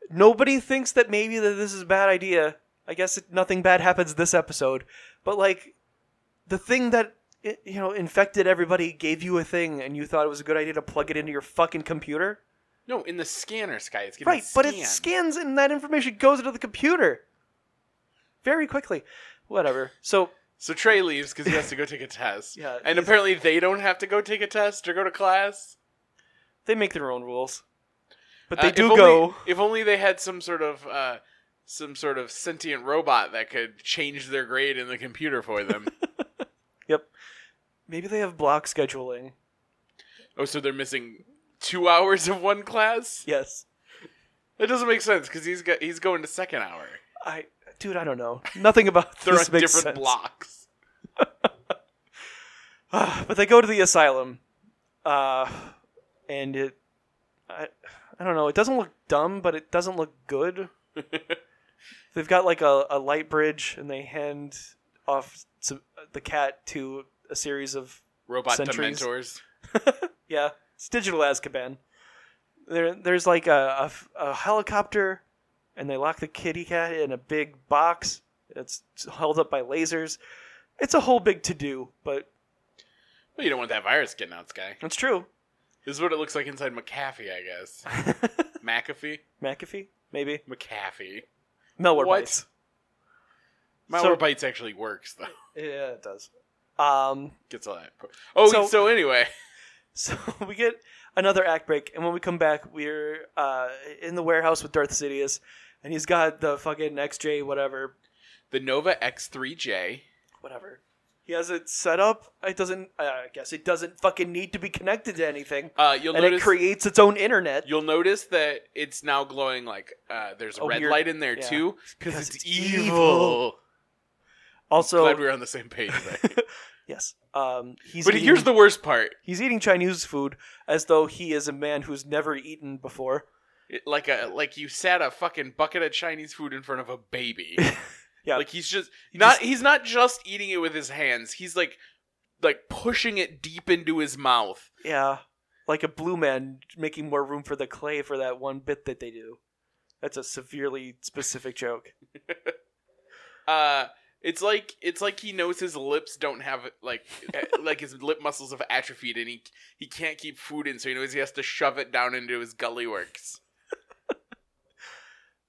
Speaker 1: nobody thinks that maybe that this is a bad idea. I guess it, nothing bad happens this episode, but like the thing that i- you know infected everybody gave you a thing, and you thought it was a good idea to plug it into your fucking computer,
Speaker 2: No, in the scanner, Sky. It's getting
Speaker 1: right? But it
Speaker 2: scanned.
Speaker 1: scans, and that information goes into the computer very quickly. Whatever. So
Speaker 2: so Trey leaves because he has to go take a test.
Speaker 1: [laughs] Yeah,
Speaker 2: and
Speaker 1: he's-
Speaker 2: apparently they don't have to go take a test or go to class.
Speaker 1: they make their own rules, but
Speaker 2: Uh,
Speaker 1: they
Speaker 2: if
Speaker 1: do
Speaker 2: only-
Speaker 1: go.
Speaker 2: If only they had some sort of uh, some sort of sentient robot that could change their grade in the computer
Speaker 1: [laughs]
Speaker 2: for them.
Speaker 1: Maybe they have block scheduling.
Speaker 2: oh, so they're missing two hours of one class.
Speaker 1: Yes.
Speaker 2: That doesn't make sense because he's got he's going to second hour.
Speaker 1: I dude, I don't know. Nothing about
Speaker 2: [laughs] They're
Speaker 1: this
Speaker 2: on
Speaker 1: makes
Speaker 2: different
Speaker 1: sense.
Speaker 2: blocks.
Speaker 1: [sighs] but they go to the asylum, uh, and it, I, I don't know. It doesn't look dumb, but it doesn't look
Speaker 2: [laughs]
Speaker 1: good. They've got like a, a light bridge, and they hand off to, the cat to a series of
Speaker 2: Robot
Speaker 1: Sentries.
Speaker 2: dementors.
Speaker 1: yeah, it's digital Azkaban. There, there's like a, a f- a helicopter, and they lock the kitty cat in a big box that's held up by lasers. It's a whole big to do, but
Speaker 2: Well, you don't want that virus getting out, Sky.
Speaker 1: it's true. [laughs]
Speaker 2: This is what it looks like inside McAfee, I guess. McAfee?
Speaker 1: McAfee, maybe
Speaker 2: McAfee.
Speaker 1: malware
Speaker 2: What?
Speaker 1: bites.
Speaker 2: Malware
Speaker 1: So-
Speaker 2: Bytes actually works, though.
Speaker 1: Yeah, it does. Um, [laughs]
Speaker 2: Gets all that. Oh,
Speaker 1: So-
Speaker 2: so, anyway.
Speaker 1: so we get another act break, and when we come back, we're uh, in the warehouse with Darth Sidious, and he's got the fucking XJ whatever,
Speaker 2: The Nova X3J.
Speaker 1: whatever. He has it set up. It doesn't. I guess it doesn't fucking need to be connected to anything,
Speaker 2: Uh, you'll,
Speaker 1: and
Speaker 2: notice,
Speaker 1: it creates its own internet.
Speaker 2: you'll notice that it's now glowing like uh, there's a
Speaker 1: A
Speaker 2: red
Speaker 1: Oh, weird-
Speaker 2: light in there,
Speaker 1: yeah.
Speaker 2: too. Because
Speaker 1: Because
Speaker 2: it's,
Speaker 1: it's
Speaker 2: evil.
Speaker 1: evil. Also,
Speaker 2: Glad we were on the
Speaker 1: [laughs]
Speaker 2: same page. There.
Speaker 1: yes. Um, he's
Speaker 2: but
Speaker 1: eating,
Speaker 2: here's the worst part.
Speaker 1: he's eating Chinese food as though he is a man who's never eaten before.
Speaker 2: It- like a like you sat a fucking bucket of Chinese food in front of a baby.
Speaker 1: [laughs] Yeah.
Speaker 2: Like he's just not
Speaker 1: just-
Speaker 2: he's not just eating it with his hands. He's like like pushing it deep into his mouth.
Speaker 1: Yeah, like a blue man making more room for the clay for that one bit that they do. That's a severely specific joke.
Speaker 2: Uh it's like it's like he knows his lips don't have like eh, like his lip muscles have atrophied and he he can't keep food in so he knows he has to shove it down into his gully works.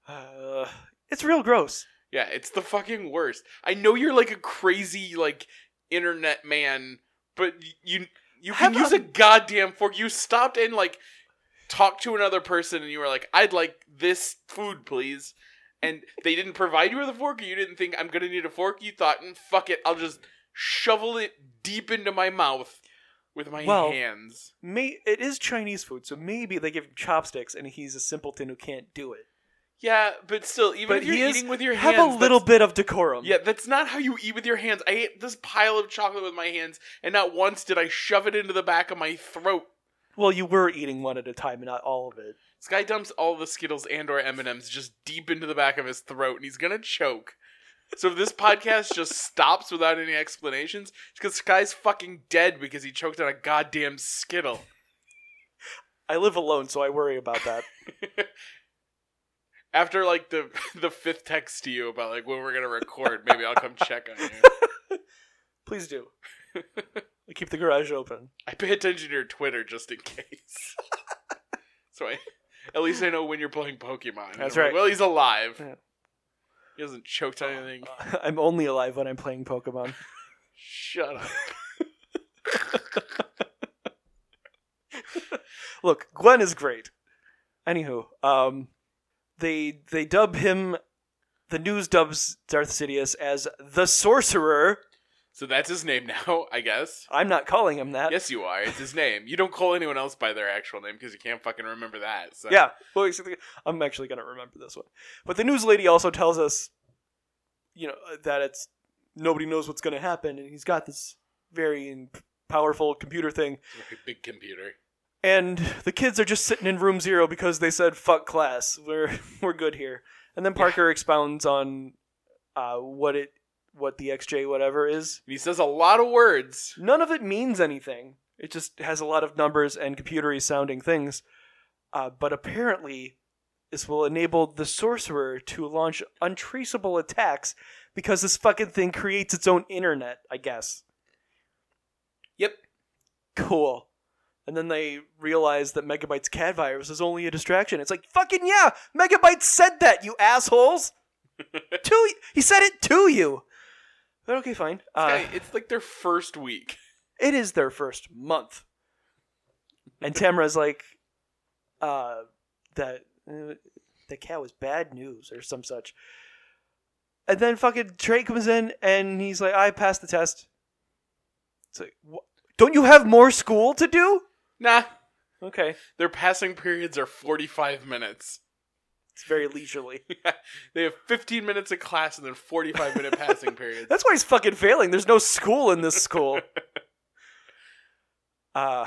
Speaker 1: Uh, it's real gross.
Speaker 2: Yeah, it's the fucking worst. I know you're like a crazy like internet man, but y- you you can
Speaker 1: Have
Speaker 2: use
Speaker 1: a-
Speaker 2: a goddamn fork. You stopped and like talked to another person, and you were like, "I'd like this food, please." And they didn't provide you with a fork, or you didn't think I'm gonna need a fork. You thought, "Mm, "Fuck it, I'll just shovel it deep into my mouth with my
Speaker 1: Well-
Speaker 2: hands."
Speaker 1: May it is Chinese food, so maybe they give him chopsticks, and he's a simpleton who can't do it.
Speaker 2: Yeah, but still, even
Speaker 1: But
Speaker 2: if you're
Speaker 1: he is-
Speaker 2: eating with your
Speaker 1: Have
Speaker 2: hands,
Speaker 1: a little
Speaker 2: that's-
Speaker 1: bit of decorum.
Speaker 2: Yeah, that's not how you eat with your hands. I ate this pile of chocolate with my hands, and not once did I shove it into the back of my throat.
Speaker 1: Well, you were eating one at a time, and not all of it.
Speaker 2: Sky dumps all the Skittles and/or M and M's just deep into the back of his throat, and he's gonna choke. So if this podcast just stops without any explanations, it's because Sky's fucking dead because he choked on a goddamn Skittle.
Speaker 1: I live alone, so I worry about
Speaker 2: [laughs]
Speaker 1: that.
Speaker 2: After like the [laughs] the fifth text to you about like when we're gonna record, maybe I'll come check on you.
Speaker 1: Please
Speaker 2: [laughs]
Speaker 1: do. I keep the garage open.
Speaker 2: I pay attention to your Twitter just in case. [laughs] so I, at least I know when you're playing Pokemon. And
Speaker 1: That's
Speaker 2: I'm like,
Speaker 1: right.
Speaker 2: well, he's alive.
Speaker 1: Yeah.
Speaker 2: He hasn't choked on anything.
Speaker 1: Oh. [laughs] I'm only alive when I'm playing Pokemon.
Speaker 2: Shut up.
Speaker 1: Look, Gwen is great. Anywho, um, they they dub him. The news dubs Darth Sidious as the sorcerer.
Speaker 2: So that's his name now, I guess.
Speaker 1: I'm not calling him that.
Speaker 2: Yes, you are. It's his name. You don't call anyone else by their actual name because you can't fucking remember that. So.
Speaker 1: Yeah. Well, basically, I'm actually gonna remember this one. But the news lady also tells us, you know, uh, that it's nobody knows what's gonna happen, and he's got this very powerful computer thing,
Speaker 2: Like a big computer.
Speaker 1: and the kids are just sitting in room zero because they said "fuck class." We're [laughs] we're good here. And then Parker expounds on uh, what it, what the XJ whatever is.
Speaker 2: And he says a lot of words.
Speaker 1: None of it means anything. It just has a lot of numbers and computery sounding things. Uh, but apparently, this will enable the sorcerer to launch untraceable attacks because this fucking thing creates its own internet. I guess.
Speaker 2: Yep.
Speaker 1: Cool. And then they realize that Megabyte's cat virus is only a distraction. It's like fucking yeah, Megabyte said that you
Speaker 2: [laughs]
Speaker 1: assholes. to y- he said it to you. But okay, fine. Uh,
Speaker 2: Sky, it's like their first week.
Speaker 1: it is their first month. And Tamra's like, uh, that uh, the cat was bad news or some such. And then fucking Trey comes in and he's like, I passed the test. It's like, "Wha- don't you have more school to do?
Speaker 2: Nah,
Speaker 1: Okay.
Speaker 2: their passing periods are 45 minutes.
Speaker 1: It's very leisurely.
Speaker 2: They have 15 minutes of class and then 45 minute
Speaker 1: [laughs]
Speaker 2: passing
Speaker 1: [laughs]
Speaker 2: periods.
Speaker 1: That's why he's fucking failing. There's no school in this [laughs] school. uh,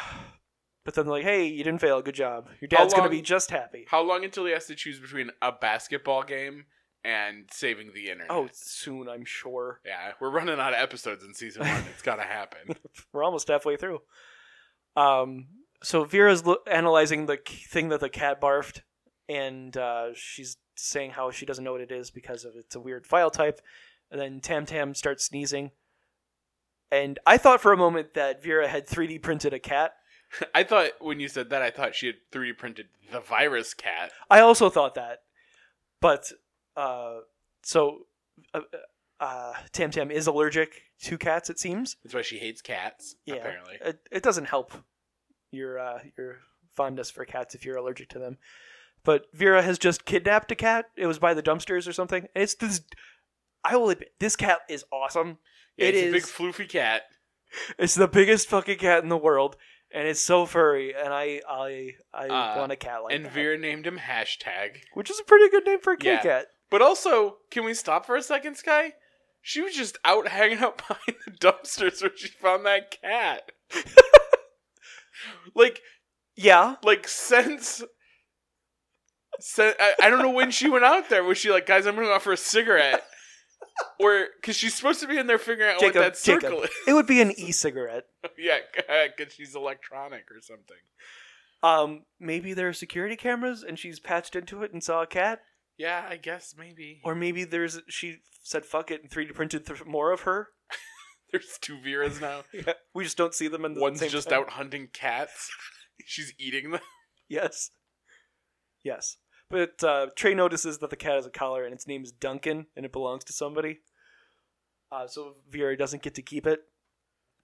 Speaker 1: but then they're like, hey, you didn't fail. Good job. Your
Speaker 2: How
Speaker 1: dad's going to
Speaker 2: long-
Speaker 1: be just happy.
Speaker 2: How long until he has to choose between a basketball game and saving the internet?
Speaker 1: Oh, soon, I'm sure.
Speaker 2: yeah, we're running out of episodes in season one. It's
Speaker 1: [laughs]
Speaker 2: gotta happen.
Speaker 1: We're almost halfway through. Um, so Vera's lo- analyzing the k- thing that the cat barfed, and uh, she's saying how she doesn't know what it is because of it's a weird file type. And then Tam Tam starts sneezing, and I thought for a moment that Vera had 3D printed a cat.
Speaker 2: I thought when you said that, I thought she had 3D printed the virus cat.
Speaker 1: I also thought that, but uh, so uh, uh, Tam Tam is allergic to cats. It seems.
Speaker 2: That's why she hates cats.
Speaker 1: Yeah.
Speaker 2: Apparently,
Speaker 1: it, it doesn't help your uh, your fondness for cats if you're allergic to them. But Vera has just kidnapped a cat. It was by the dumpsters or something. And it's this. I will admit, this cat is awesome.
Speaker 2: yeah,
Speaker 1: It
Speaker 2: it's a big
Speaker 1: is-
Speaker 2: floofy cat.
Speaker 1: It's the biggest fucking cat in the world, and it's so furry. And I I I
Speaker 2: Uh,
Speaker 1: want a cat like
Speaker 2: and
Speaker 1: that,
Speaker 2: Vera named him hashtag.
Speaker 1: which is a pretty good name for a kitty
Speaker 2: Yeah.
Speaker 1: cat.
Speaker 2: But also, can we stop for a second, Sky? She was just out [laughs] hanging out behind the dumpsters where she found that
Speaker 1: [laughs]
Speaker 2: cat. like,
Speaker 1: Yeah.
Speaker 2: like since, since I, I don't know when she went out there. Was she like, guys, I'm gonna go out for a cigarette? Or because she's supposed to be in there figuring out
Speaker 1: Jacob,
Speaker 2: what that circle
Speaker 1: Jacob.
Speaker 2: is. [laughs] Oh,
Speaker 1: It would be an e-cigarette.
Speaker 2: yeah, because she's electronic or something.
Speaker 1: Um, maybe there are security cameras and she's patched into it and saw a cat,
Speaker 2: Yeah, I guess maybe.
Speaker 1: or maybe there's she said fuck it and 3D printed th- more of her.
Speaker 2: There's two Veras now.
Speaker 1: We just don't see them in the
Speaker 2: One's
Speaker 1: [laughs] same
Speaker 2: just
Speaker 1: time.
Speaker 2: out hunting cats. [laughs] She's eating them.
Speaker 1: Yes. Yes. But uh, Trey notices that the cat has a collar and its name is Duncan and it belongs to somebody. Uh, so Vera doesn't get to keep it.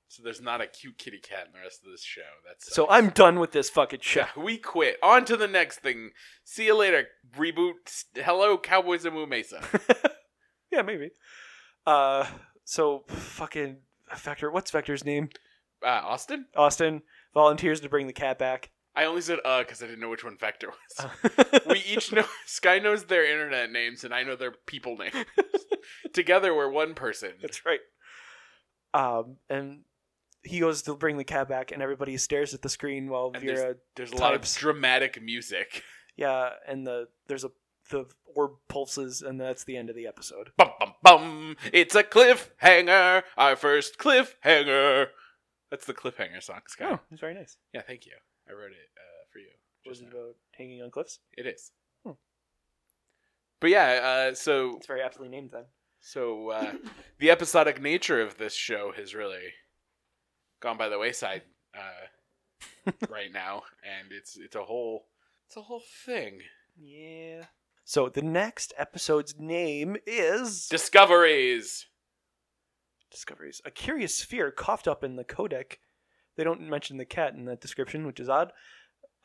Speaker 2: So there's not a cute kitty cat in the rest of this show. That's uh,
Speaker 1: So I'm done with this fucking show.
Speaker 2: yeah, we quit. On to the next thing. See you later. Reboot. S- Hello, Cowboys and
Speaker 1: [laughs]
Speaker 2: Moo Mesa. Uh,
Speaker 1: Yeah, maybe. Uh, so fucking Vector, what's Vector's name?
Speaker 2: Uh, Austin.
Speaker 1: Austin volunteers to bring the cat back.
Speaker 2: I only said uh because I didn't know which one Vector
Speaker 1: [laughs] Uh.
Speaker 2: was. Uh, we each know. [laughs] Sky knows their internet names, and I know their people names. Together, we're one person.
Speaker 1: That's right. Um, and he goes to bring the cat back, and everybody stares at the screen while
Speaker 2: And
Speaker 1: Vera
Speaker 2: There's a lot of
Speaker 1: Types.
Speaker 2: dramatic music. [laughs]
Speaker 1: Yeah, and the there's a the orb pulses, and that's the end of the episode.
Speaker 2: Bum bum bum. It's a cliffhanger. Our first cliffhanger. That's the cliffhanger song, Sky.
Speaker 1: it's very nice.
Speaker 2: Yeah, thank you. I wrote it uh, for you.
Speaker 1: Was
Speaker 2: Just
Speaker 1: it
Speaker 2: now.
Speaker 1: about hanging on cliffs?
Speaker 2: It is.
Speaker 1: Hmm.
Speaker 2: But yeah, uh, so
Speaker 1: It's very aptly named then.
Speaker 2: so uh,
Speaker 1: [laughs]
Speaker 2: the episodic nature of this show has really gone by the wayside uh,
Speaker 1: [laughs]
Speaker 2: right now, and it's it's a whole it's a whole thing.
Speaker 1: Yeah. So the next episode's name is
Speaker 2: Discoveries.
Speaker 1: Discoveries. A curious sphere coughed up in the codec. They don't mention the cat in that description, which is odd.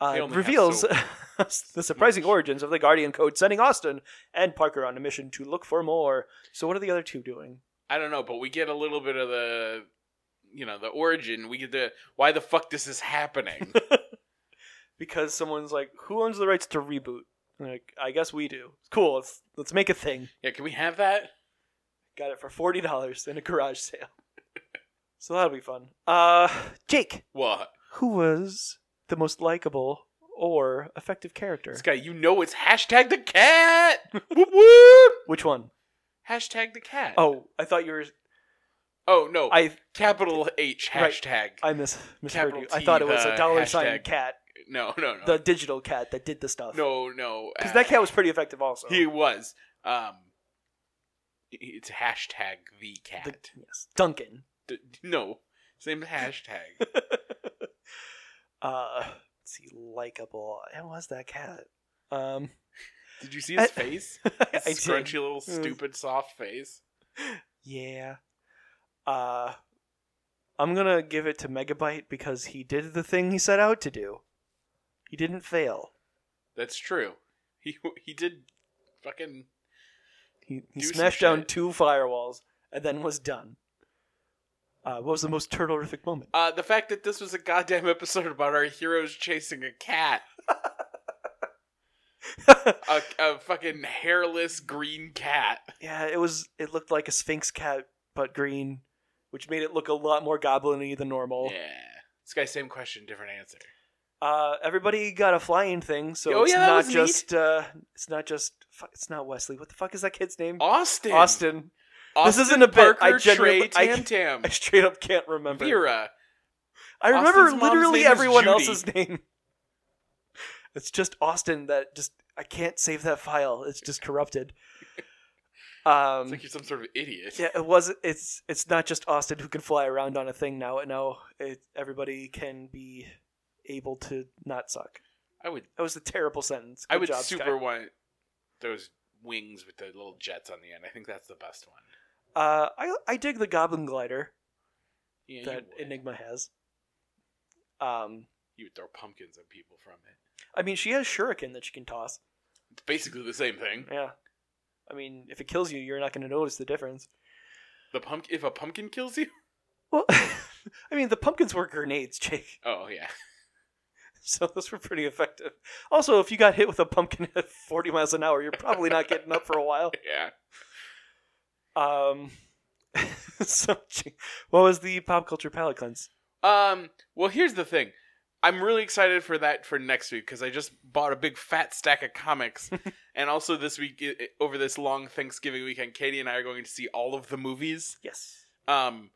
Speaker 2: They
Speaker 1: Uh,
Speaker 2: only have
Speaker 1: reveals
Speaker 2: so
Speaker 1: [laughs] the surprising
Speaker 2: much.
Speaker 1: origins of the Guardian Code, sending Austin and Parker on a mission to look for more. So, what are the other two doing?
Speaker 2: I don't know, but we get a little bit of the you know the origin. We get the why the fuck this
Speaker 1: [laughs]
Speaker 2: is happening.
Speaker 1: because someone's like, "Who owns the rights to reboot?" And they're like, I guess we do. Cool. Let's let's make a thing.
Speaker 2: yeah, can we have that?
Speaker 1: Got it for forty dollars in a garage sale. [laughs] so that'll be fun. Uh, Jake,
Speaker 2: What?
Speaker 1: who was the most likable or effective character?
Speaker 2: This guy, you know it's hashtag the cat. [laughs] whoop whoop.
Speaker 1: Which one?
Speaker 2: Hashtag the cat.
Speaker 1: Oh, I thought you were.
Speaker 2: oh no.
Speaker 1: I
Speaker 2: capital H
Speaker 1: Right.
Speaker 2: hashtag.
Speaker 1: I mis- misheard
Speaker 2: Capital
Speaker 1: you. I
Speaker 2: T,
Speaker 1: thought it was
Speaker 2: the
Speaker 1: a dollar sign
Speaker 2: hashtag.
Speaker 1: cat,
Speaker 2: no, no, no.
Speaker 1: the digital cat that did the stuff.
Speaker 2: no, no.
Speaker 1: because
Speaker 2: uh,
Speaker 1: that cat was pretty effective also.
Speaker 2: He was. Um, it's hashtag the cat.
Speaker 1: The- yes, Duncan.
Speaker 2: D- no,
Speaker 1: [laughs]
Speaker 2: same hashtag.
Speaker 1: Uh, let's see, likable. It was that cat. Um. [laughs]
Speaker 2: Did you see his
Speaker 1: I-
Speaker 2: face?
Speaker 1: [laughs] I
Speaker 2: His
Speaker 1: did. Mm.
Speaker 2: scrunchy little
Speaker 1: was-
Speaker 2: stupid soft face.
Speaker 1: Yeah. Uh I'm going to give it to Megabyte because he did the thing he set out to do. He didn't fail.
Speaker 2: That's true. He he did fucking
Speaker 1: He, he
Speaker 2: Do some
Speaker 1: smashed down
Speaker 2: shit.
Speaker 1: two firewalls and then was done. Uh, what was the most turtlerific moment? [laughs]
Speaker 2: uh the fact that this was a goddamn episode about our heroes chasing a cat. a, a fucking hairless green cat.
Speaker 1: yeah, it was it looked like a sphinx cat but green, which made it look a lot more goblin-y than normal.
Speaker 2: Yeah. This guy same question, different answer.
Speaker 1: Uh, everybody got a flying thing, so
Speaker 2: Oh,
Speaker 1: it's
Speaker 2: yeah, that
Speaker 1: not
Speaker 2: was neat.
Speaker 1: just uh, it's not just fu- it's not Wesley. What the fuck is that kid's name?
Speaker 2: Austin.
Speaker 1: Austin. This
Speaker 2: Austin
Speaker 1: isn't a bit.
Speaker 2: Parker
Speaker 1: I genuinely-
Speaker 2: Trey
Speaker 1: I-
Speaker 2: Tam Tam.
Speaker 1: [laughs] I straight up can't remember.
Speaker 2: Vera.
Speaker 1: I remember
Speaker 2: Austin's mom's
Speaker 1: literally
Speaker 2: name is
Speaker 1: everyone
Speaker 2: Judy.
Speaker 1: else's name. [laughs] It's just Austin that just I can't save that file. It's just
Speaker 2: [laughs]
Speaker 1: corrupted.
Speaker 2: It's
Speaker 1: Um,
Speaker 2: like you're some sort of idiot.
Speaker 1: yeah, it was. It's it's not just Austin who can fly around on a thing now. No, it, everybody can be able to not suck.
Speaker 2: I would
Speaker 1: That was a terrible sentence. Good
Speaker 2: I would
Speaker 1: job, Sky.
Speaker 2: super want those wings with the little jets on the end. I think that's the best one.
Speaker 1: Uh, I I dig the Goblin Glider
Speaker 2: Yeah,
Speaker 1: that
Speaker 2: you, would.
Speaker 1: Enigma has. Um,
Speaker 2: you would throw pumpkins at people from it.
Speaker 1: I mean, she has Shuriken that she can toss.
Speaker 2: It's basically the same thing.
Speaker 1: Yeah. I mean, if it kills you, you're not going to notice the difference.
Speaker 2: The pump if a pumpkin
Speaker 1: [laughs]
Speaker 2: kills you?
Speaker 1: Well, I mean, the pumpkins were grenades, [laughs] Jake.
Speaker 2: Oh [laughs] yeah.
Speaker 1: So those were pretty effective. Also, if you got hit with a pumpkin [laughs] at
Speaker 2: [laughs]
Speaker 1: 40 miles an hour, you're probably not getting up for a while.
Speaker 2: Yeah.
Speaker 1: Um, [laughs] so, gee, what was the pop culture palate cleanse?
Speaker 2: Um, well, here's the thing. I'm really excited for that for next week because I just bought a big fat stack of
Speaker 1: [laughs]
Speaker 2: comics, and also this week i- i- over this long Thanksgiving weekend, Katie and I are going to see all of the movies.
Speaker 1: Yes.
Speaker 2: Um,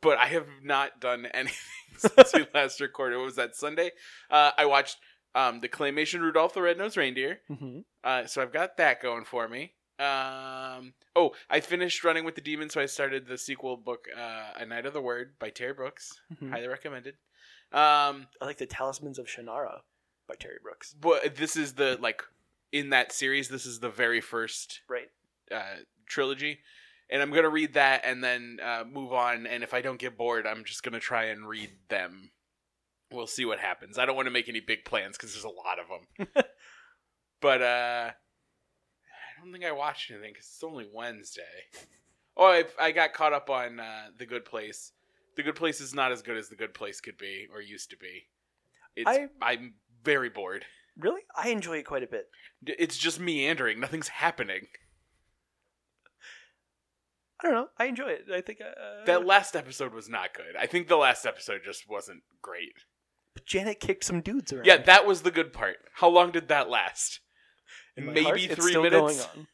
Speaker 2: but I have not done [laughs] anything since we last recorded. What was that Sunday? Uh, I watched um the claymation Rudolph the Red-Nosed Reindeer.
Speaker 1: Mm-hmm.
Speaker 2: Uh, so I've got that going for me. Um, oh, I finished Running with the Demon, so I started the sequel book, uh, A Night of the Word by Terry Brooks.
Speaker 1: Mm-hmm.
Speaker 2: Highly recommended. Um,
Speaker 1: I like the Talismans of Shannara by Terry Brooks.
Speaker 2: but this is the like in that series. This is the very first
Speaker 1: Right.
Speaker 2: uh, trilogy, and I'm gonna read that and then uh, move on. And if I don't get bored, I'm just gonna try and read them. We'll see what happens. I don't want to make any big plans because there's a lot of them. but uh, I don't think I watched anything because it's only Wednesday. Oh, I, I got caught up on uh, the Good Place. The Good Place is not as good as the Good Place could be or used to be. It's,
Speaker 1: I-
Speaker 2: I'm very bored.
Speaker 1: Really? I enjoy it quite a bit.
Speaker 2: D- It's just meandering. Nothing's happening.
Speaker 1: I don't know. I enjoy it. I think uh,
Speaker 2: That last episode was not good. I think the last episode just wasn't great.
Speaker 1: Janet kicked some dudes around.
Speaker 2: Yeah, that was the good part. How long did that last?
Speaker 1: In my
Speaker 2: Maybe
Speaker 1: heart,
Speaker 2: three
Speaker 1: it's still
Speaker 2: minutes.
Speaker 1: Going on.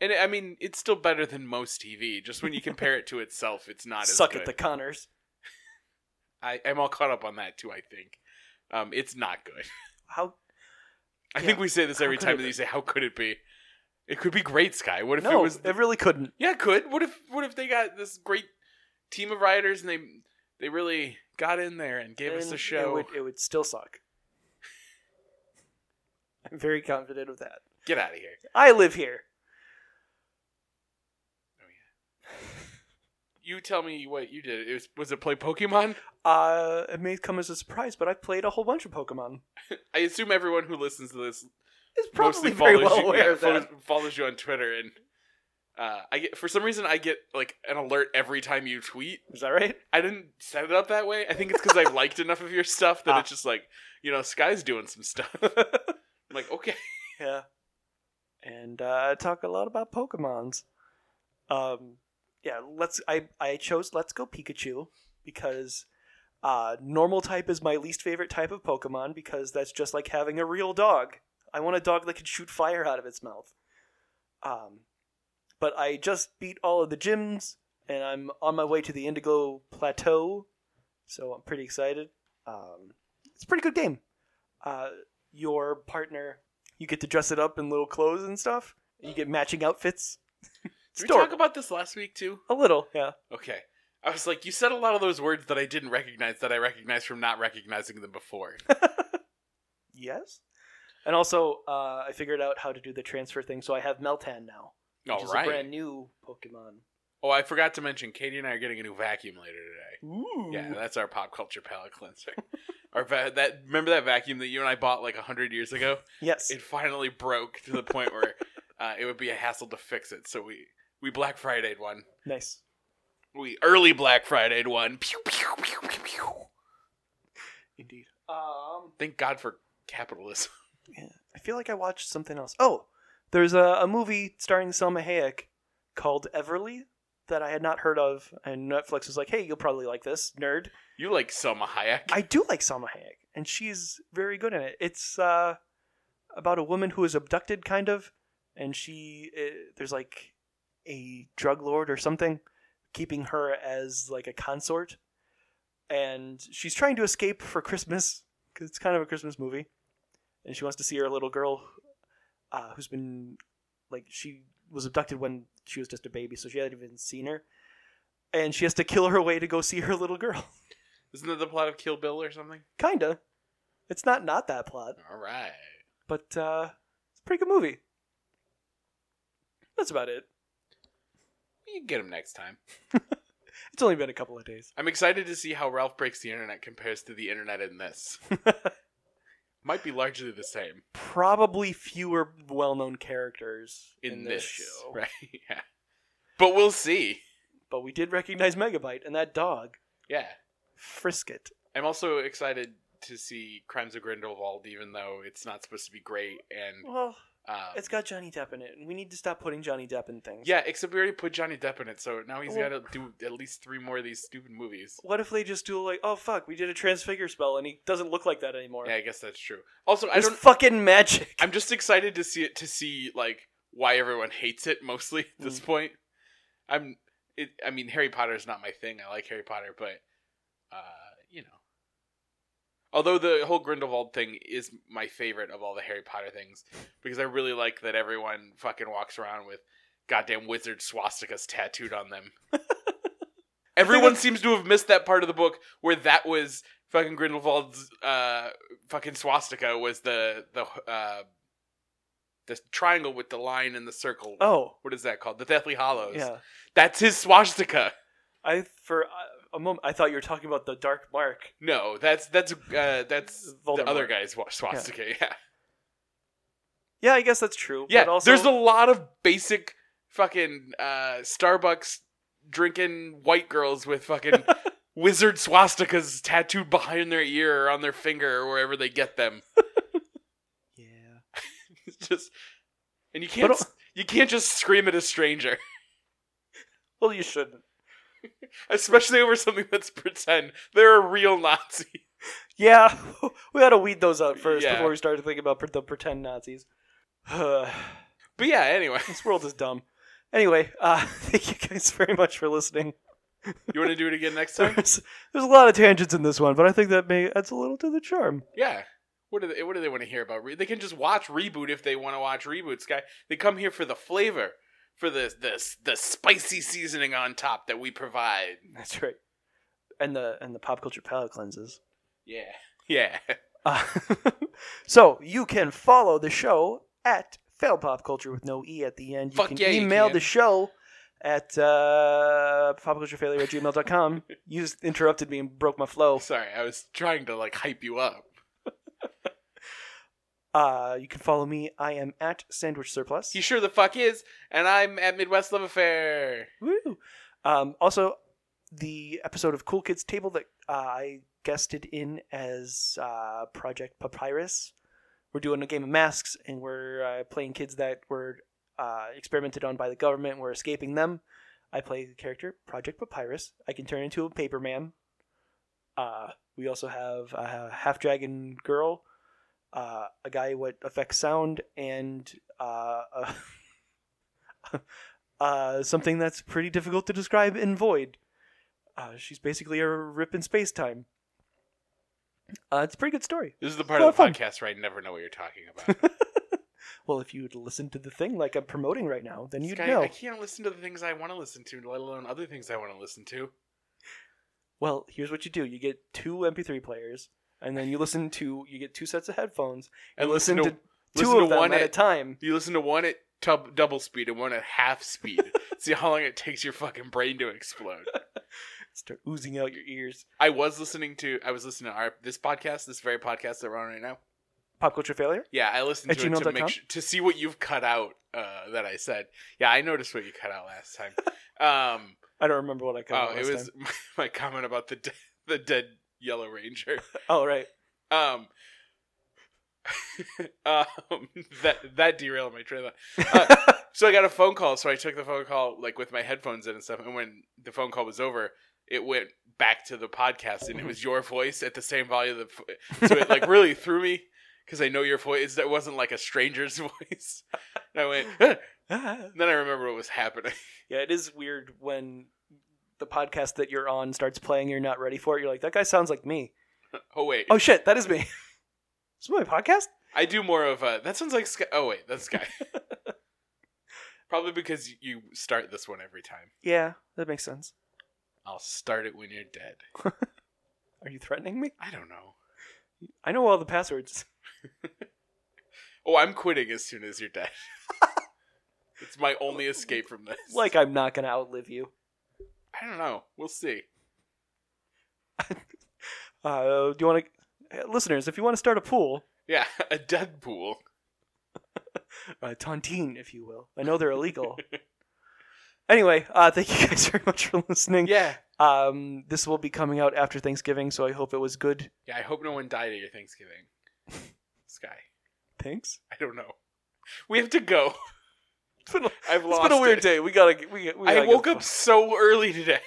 Speaker 2: And I mean, it's still better than most TV. Just when you compare it to itself, it's not as
Speaker 1: Suck
Speaker 2: good.
Speaker 1: at the Connors.
Speaker 2: I, I'm all caught up on that too. I think um, it's not good.
Speaker 1: How?
Speaker 2: I
Speaker 1: Yeah.
Speaker 2: think we say this
Speaker 1: How
Speaker 2: every
Speaker 1: could
Speaker 2: time
Speaker 1: it
Speaker 2: that
Speaker 1: be?
Speaker 2: you say, "How could it be?" It could be great, Sky. What if
Speaker 1: no,
Speaker 2: it was? the-
Speaker 1: it really couldn't.
Speaker 2: yeah, it could. What if? What if they got this great team of writers and they they really got in there and gave us
Speaker 1: And
Speaker 2: a show?
Speaker 1: It would, it would still suck. [laughs] I'm very confident of that.
Speaker 2: Get out of here.
Speaker 1: I live here.
Speaker 2: You tell me what you did. It was, was it play Pokemon?
Speaker 1: Uh, it may come as a surprise, but I played a whole bunch of Pokemon.
Speaker 2: I assume everyone who listens to this
Speaker 1: It's probably
Speaker 2: mostly
Speaker 1: very
Speaker 2: follows
Speaker 1: well
Speaker 2: you,
Speaker 1: aware
Speaker 2: yeah,
Speaker 1: of that.
Speaker 2: follows- follows you on Twitter, and uh, I get for some reason I get like an alert every time you tweet.
Speaker 1: Is that right?
Speaker 2: I didn't set it up that way. I think
Speaker 1: [laughs]
Speaker 2: it's because I've liked enough of your stuff that
Speaker 1: Ah.
Speaker 2: it's just like you know, Sky's doing some stuff. [laughs] I'm like, okay,
Speaker 1: Yeah. And uh, I talk a lot about Pokemons. Um, yeah, let's. I I chose Let's Go Pikachu because uh, normal type is my least favorite type of Pokemon because that's just like having a real dog. I want a dog that can shoot fire out of its mouth. Um, but I just beat all of the gyms, and I'm on my way to the Indigo Plateau, so I'm pretty excited. Um, it's a pretty good game. Uh, your partner you get to dress it up in little clothes and stuff. You get matching outfits. [laughs]
Speaker 2: did we
Speaker 1: Store-
Speaker 2: talk about this last week too?
Speaker 1: a little, yeah.
Speaker 2: Okay. I was like, you said a lot of those words that I didn't recognize that I recognized from not recognizing
Speaker 1: [laughs]
Speaker 2: them before.
Speaker 1: Yes. And also, uh, I figured out how to do the transfer thing, so I have Meltan now, which
Speaker 2: All
Speaker 1: is
Speaker 2: right.
Speaker 1: a brand new Pokemon.
Speaker 2: Oh, I forgot to mention, Katie and I are getting a new vacuum later today.
Speaker 1: Ooh.
Speaker 2: Yeah, that's our pop culture palate cleanser. our va- that remember that vacuum that you and I bought like hundred years ago?
Speaker 1: Yes.
Speaker 2: It finally broke to the point where [laughs] uh, it would be a hassle to fix it. So we we Black Friday'd one.
Speaker 1: nice.
Speaker 2: We early Black Friday'd one. Pew pew pew pew pew.
Speaker 1: Indeed. Um,
Speaker 2: Thank God for capitalism. [laughs]
Speaker 1: I feel like I watched something else. Oh, there's a, a movie starring Selma Hayek called Everly that I had not heard of, and Netflix was like, hey, you'll probably like this, nerd.
Speaker 2: You like Selma Hayek?
Speaker 1: I do like Salma Hayek, and she's very good in it. It's uh, about a woman who is abducted, kind of, and she uh, there's like a drug lord or something keeping her as like a consort, and she's trying to escape for Christmas because it's kind of a Christmas movie, and she wants to see her little girl, uh, who's been like she was abducted when she was just a baby, so she hadn't even seen her, and she has to kill her way to go see her little girl.
Speaker 2: Isn't that the plot of Kill Bill or something?
Speaker 1: Kinda. It's not not that plot,
Speaker 2: All right.
Speaker 1: but uh, it's a pretty good movie. That's about it.
Speaker 2: You can get him next time.
Speaker 1: It's only been a couple of days.
Speaker 2: I'm excited to see how Ralph Breaks the Internet compares to the internet
Speaker 1: [laughs]
Speaker 2: in this. Might be largely the same
Speaker 1: Probably fewer well-known characters
Speaker 2: in, this, show,
Speaker 1: show,
Speaker 2: right? [laughs] yeah. But we'll see.
Speaker 1: but we did recognize Megabyte and that dog
Speaker 2: Yeah.
Speaker 1: Frisket.
Speaker 2: I'm also excited to see Crimes of Grindelwald, even though it's not supposed to be great, and
Speaker 1: Well,
Speaker 2: Um,
Speaker 1: It's got Johnny Depp in it, and we need to stop putting Johnny Depp in things.
Speaker 2: yeah, except we already put Johnny Depp in it, so now he's
Speaker 1: Well-
Speaker 2: got to do at least three more of these stupid movies.
Speaker 1: What if they just do like, oh fuck, we did a transfigure spell, and he doesn't look like that anymore.
Speaker 2: Yeah, I guess that's true. Also, I
Speaker 1: It's
Speaker 2: don't.
Speaker 1: fucking magic.
Speaker 2: [laughs]
Speaker 1: [laughs]
Speaker 2: I'm just excited to see it to see like why everyone hates it mostly at this point. I'm. It, I mean, Harry Potter's not my thing. I like Harry Potter, but uh, you know. Although the whole Grindelwald thing is my favorite of all the Harry Potter things, because I really like that everyone fucking walks around with goddamn wizard swastikas tattooed on them. Everyone seems to have missed that part of the book where that was fucking Grindelwald's uh, fucking swastika was the the uh, the triangle with the line and the circle.
Speaker 1: Oh,
Speaker 2: What is that called? The Deathly Hollows.
Speaker 1: yeah.
Speaker 2: That's his swastika.
Speaker 1: I for uh, a moment I thought you were talking about the Dark Mark.
Speaker 2: No, that's that's uh, that's
Speaker 1: Voldemort.
Speaker 2: the other guy's wa- swastika. Yeah,
Speaker 1: Yeah, I guess that's true.
Speaker 2: yeah.
Speaker 1: but also,
Speaker 2: There's a lot of basic fucking uh, Starbucks drinking white girls
Speaker 1: [laughs]
Speaker 2: with fucking wizard swastikas tattooed behind their ear or on their finger or wherever they get them.
Speaker 1: yeah.
Speaker 2: It's [laughs] just and you can't
Speaker 1: But-
Speaker 2: s- you can't just scream at a stranger, [laughs]
Speaker 1: Well, you shouldn't.
Speaker 2: especially over something that's pretend. They're a real Nazi. [laughs]
Speaker 1: Yeah, [laughs] we got to weed those out first
Speaker 2: Yeah.
Speaker 1: before we start to think about pre- the pretend Nazis. [sighs] this
Speaker 2: But yeah, anyway, [laughs]
Speaker 1: world is dumb. Anyway, uh, [laughs] thank you guys very much for listening.
Speaker 2: you want to do it again next time?
Speaker 1: [laughs] There's, there's a lot of tangents in this one, but I think that may adds a little to the charm.
Speaker 2: Yeah. What do they What do they want to hear about? Re- they can just watch reboot if they want to watch reboots, guy. They come here for the flavor, for the the the spicy seasoning on top that we provide.
Speaker 1: That's right. And the and the pop culture palate cleanses.
Speaker 2: Yeah. [laughs] Yeah.
Speaker 1: Uh, [laughs] so you can follow the show at Fail Pop Culture with no E at the end. You
Speaker 2: Fuck
Speaker 1: can
Speaker 2: yeah, you
Speaker 1: email
Speaker 2: can.
Speaker 1: the show at uh, popculturefailure at gmail.com. you just interrupted me and broke my flow.
Speaker 2: Oh, Sorry, I was trying to like hype you up.
Speaker 1: Uh, you can follow me. I am at Sandwich Surplus.
Speaker 2: He sure the fuck is, and I'm at Midwest Love Affair.
Speaker 1: Woo! Um, also, the episode of Cool Kids Table that uh, I guested in as uh, Project Papyrus. We're doing a game of masks, and we're uh, playing kids that were uh, experimented on by the government. We're escaping them. I play the character Project Papyrus. I can turn into a paper man. Uh, we also have a half dragon girl, uh, a guy what affects sound, and uh, a uh, something that's pretty difficult to describe in void. Uh, she's basically a rip in space time. Uh, it's a pretty good story. [laughs]
Speaker 2: This is the part
Speaker 1: Well,
Speaker 2: of the
Speaker 1: fun.
Speaker 2: podcast where I never know what you're talking about.
Speaker 1: Well, if you'd listen to the thing like I'm promoting right now, then you'd
Speaker 2: This guy-
Speaker 1: know.
Speaker 2: I can't listen to the things I want to listen to, let alone other things I want to listen to.
Speaker 1: Well, here's what you do: you get two MP3 players, and then you listen to you get two sets of headphones
Speaker 2: And
Speaker 1: and
Speaker 2: listen
Speaker 1: listen,
Speaker 2: to-
Speaker 1: to,
Speaker 2: listen
Speaker 1: two
Speaker 2: to
Speaker 1: of them
Speaker 2: one e-
Speaker 1: at a
Speaker 2: at-
Speaker 1: time.
Speaker 2: You listen to one at tub- double speed and one at half [laughs] speed. See how long it takes your fucking brain to explode.
Speaker 1: Start oozing out your ears.
Speaker 2: I was listening to I was listening to our this podcast, this very podcast that we're on right now.
Speaker 1: Pop culture failure.
Speaker 2: Yeah, I listened
Speaker 1: At
Speaker 2: to it to
Speaker 1: gmail.com?
Speaker 2: make sure, to see what you've cut out uh, that I said. Yeah, I noticed what you cut out last [laughs] time. Um,
Speaker 1: I don't remember what I called
Speaker 2: oh,
Speaker 1: it
Speaker 2: it was
Speaker 1: Time.
Speaker 2: my, [laughs] my comment about the de- the dead yellow ranger.
Speaker 1: Oh, right.
Speaker 2: Um, [laughs] um that that derailed my train of thought. Uh, so I got a phone call, so I took the phone call like with my headphones in and stuff, and when the phone call was over, it went back to the podcast and it was your voice at the same volume of the
Speaker 1: [laughs]
Speaker 2: so it like really threw me because I know your voice that wasn't like a stranger's [laughs] voice. And I went [laughs] "Huh."
Speaker 1: [laughs] Ah.
Speaker 2: then I remember what was happening.
Speaker 1: Yeah, it is weird when the podcast that you're on starts playing. You're not ready for it. You're like, that guy sounds like me.
Speaker 2: Oh wait.
Speaker 1: Oh shit, that is me. [laughs] Is my podcast?
Speaker 2: I do more of uh that sounds like Sky oh wait, that's Sky. [laughs] Probably because you start this one every time.
Speaker 1: Yeah, that makes sense.
Speaker 2: I'll start it when you're dead.
Speaker 1: Are you threatening me?
Speaker 2: I don't know.
Speaker 1: I know all the passwords. [laughs]
Speaker 2: Oh, I'm quitting as soon as you're dead. [laughs] it's my only escape from this.
Speaker 1: Like I'm not gonna outlive you.
Speaker 2: I don't know. We'll see.
Speaker 1: Uh, do you want to, listeners? If you want to start a pool,
Speaker 2: Yeah, [laughs] a dead pool.
Speaker 1: uh, tontine, if you will. I know they're [laughs] illegal. anyway, uh, thank you guys very much for listening.
Speaker 2: Yeah.
Speaker 1: Um, this will be coming out after Thanksgiving, so I hope it was good.
Speaker 2: Yeah, I hope no one died at your Thanksgiving. Sky.
Speaker 1: Thanks.
Speaker 2: I don't know. We have to go. [laughs]
Speaker 1: It's been a,
Speaker 2: I've
Speaker 1: it's
Speaker 2: lost.
Speaker 1: been a weird
Speaker 2: it.
Speaker 1: day. We gotta. We, we gotta
Speaker 2: I
Speaker 1: get
Speaker 2: woke
Speaker 1: the
Speaker 2: up so early today.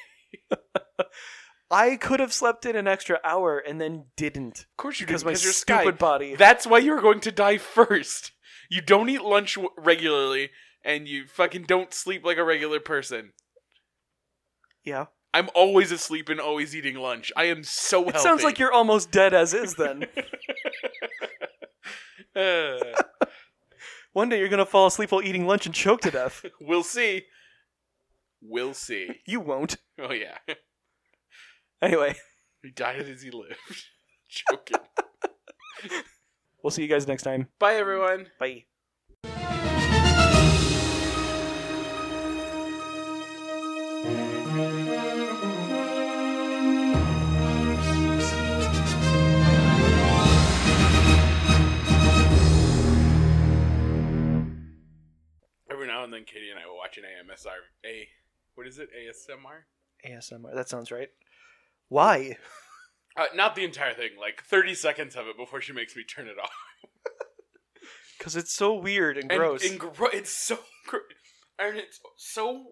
Speaker 2: [laughs]
Speaker 1: I could have slept in an extra hour and then didn't
Speaker 2: Of course you did
Speaker 1: because my
Speaker 2: because you're
Speaker 1: stupid
Speaker 2: sky.
Speaker 1: body.
Speaker 2: That's why you're going to die first. You don't eat lunch w- regularly, and you fucking don't sleep like a regular person.
Speaker 1: yeah,
Speaker 2: I'm always asleep and always eating lunch. I am so
Speaker 1: it
Speaker 2: healthy.
Speaker 1: sounds like you're almost dead as is. Then
Speaker 2: Uh,
Speaker 1: one day you're gonna fall asleep while eating lunch and choke to death.
Speaker 2: [laughs] we'll see. We'll see.
Speaker 1: You won't.
Speaker 2: Oh yeah, [laughs]
Speaker 1: Anyway,
Speaker 2: he died as he lived. [laughs] Joking.
Speaker 1: we'll see you guys next time.
Speaker 2: Bye everyone.
Speaker 1: Bye.
Speaker 2: Every now and then, Katie and I will watch an AMSR. A, what is it? ASMR?
Speaker 1: ASMR. That sounds right. Why?
Speaker 2: Uh, not the entire thing. Like thirty seconds of it before she makes me turn it off.
Speaker 1: Because it's so weird and
Speaker 2: And-
Speaker 1: gross.
Speaker 2: And, gro- it's so. [laughs] Gr- and it's so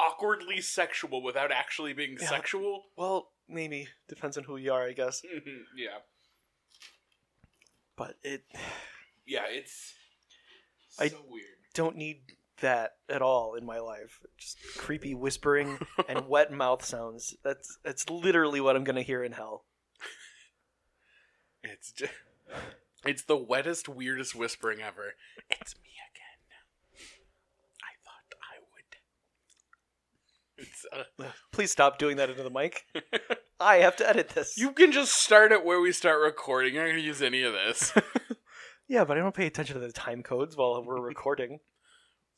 Speaker 2: awkwardly sexual without actually being
Speaker 1: Yeah.
Speaker 2: sexual. [laughs]
Speaker 1: well, maybe depends on who you are, I guess.
Speaker 2: yeah.
Speaker 1: But it
Speaker 2: Yeah. It's so
Speaker 1: I-
Speaker 2: weird.
Speaker 1: don't need that at all in my life. Just creepy whispering and wet mouth sounds. That's that's literally what I'm gonna hear in hell.
Speaker 2: It's just. It's the wettest, weirdest whispering ever. It's me again. I thought I would. It's uh,
Speaker 1: Please stop doing that into the [laughs] mic. I have to edit this.
Speaker 2: You can just start at where we start recording. You're not gonna use any of this. [laughs]
Speaker 1: yeah, but I don't pay attention to the time codes while [laughs] we're recording.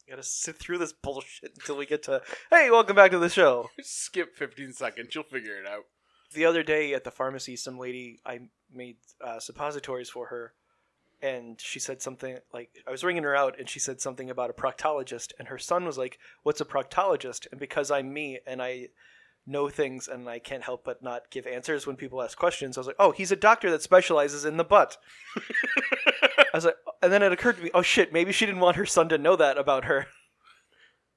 Speaker 1: gotta sit through this bullshit until we get to. Hey, welcome back to the show.
Speaker 2: Skip 15 seconds. You'll figure it out.
Speaker 1: the other day at the pharmacy, some lady I made uh, suppositories for her, and she said something like I was ringing her out, and she said something about a proctologist, and her son was like, "What's a proctologist?" And because I'm me and I know things and I can't help but not give answers when people ask questions, I was like, "Oh, he's a doctor that specializes in the butt." [laughs] I was like, and then it occurred to me, "Oh shit, maybe she didn't want her son to know that about her."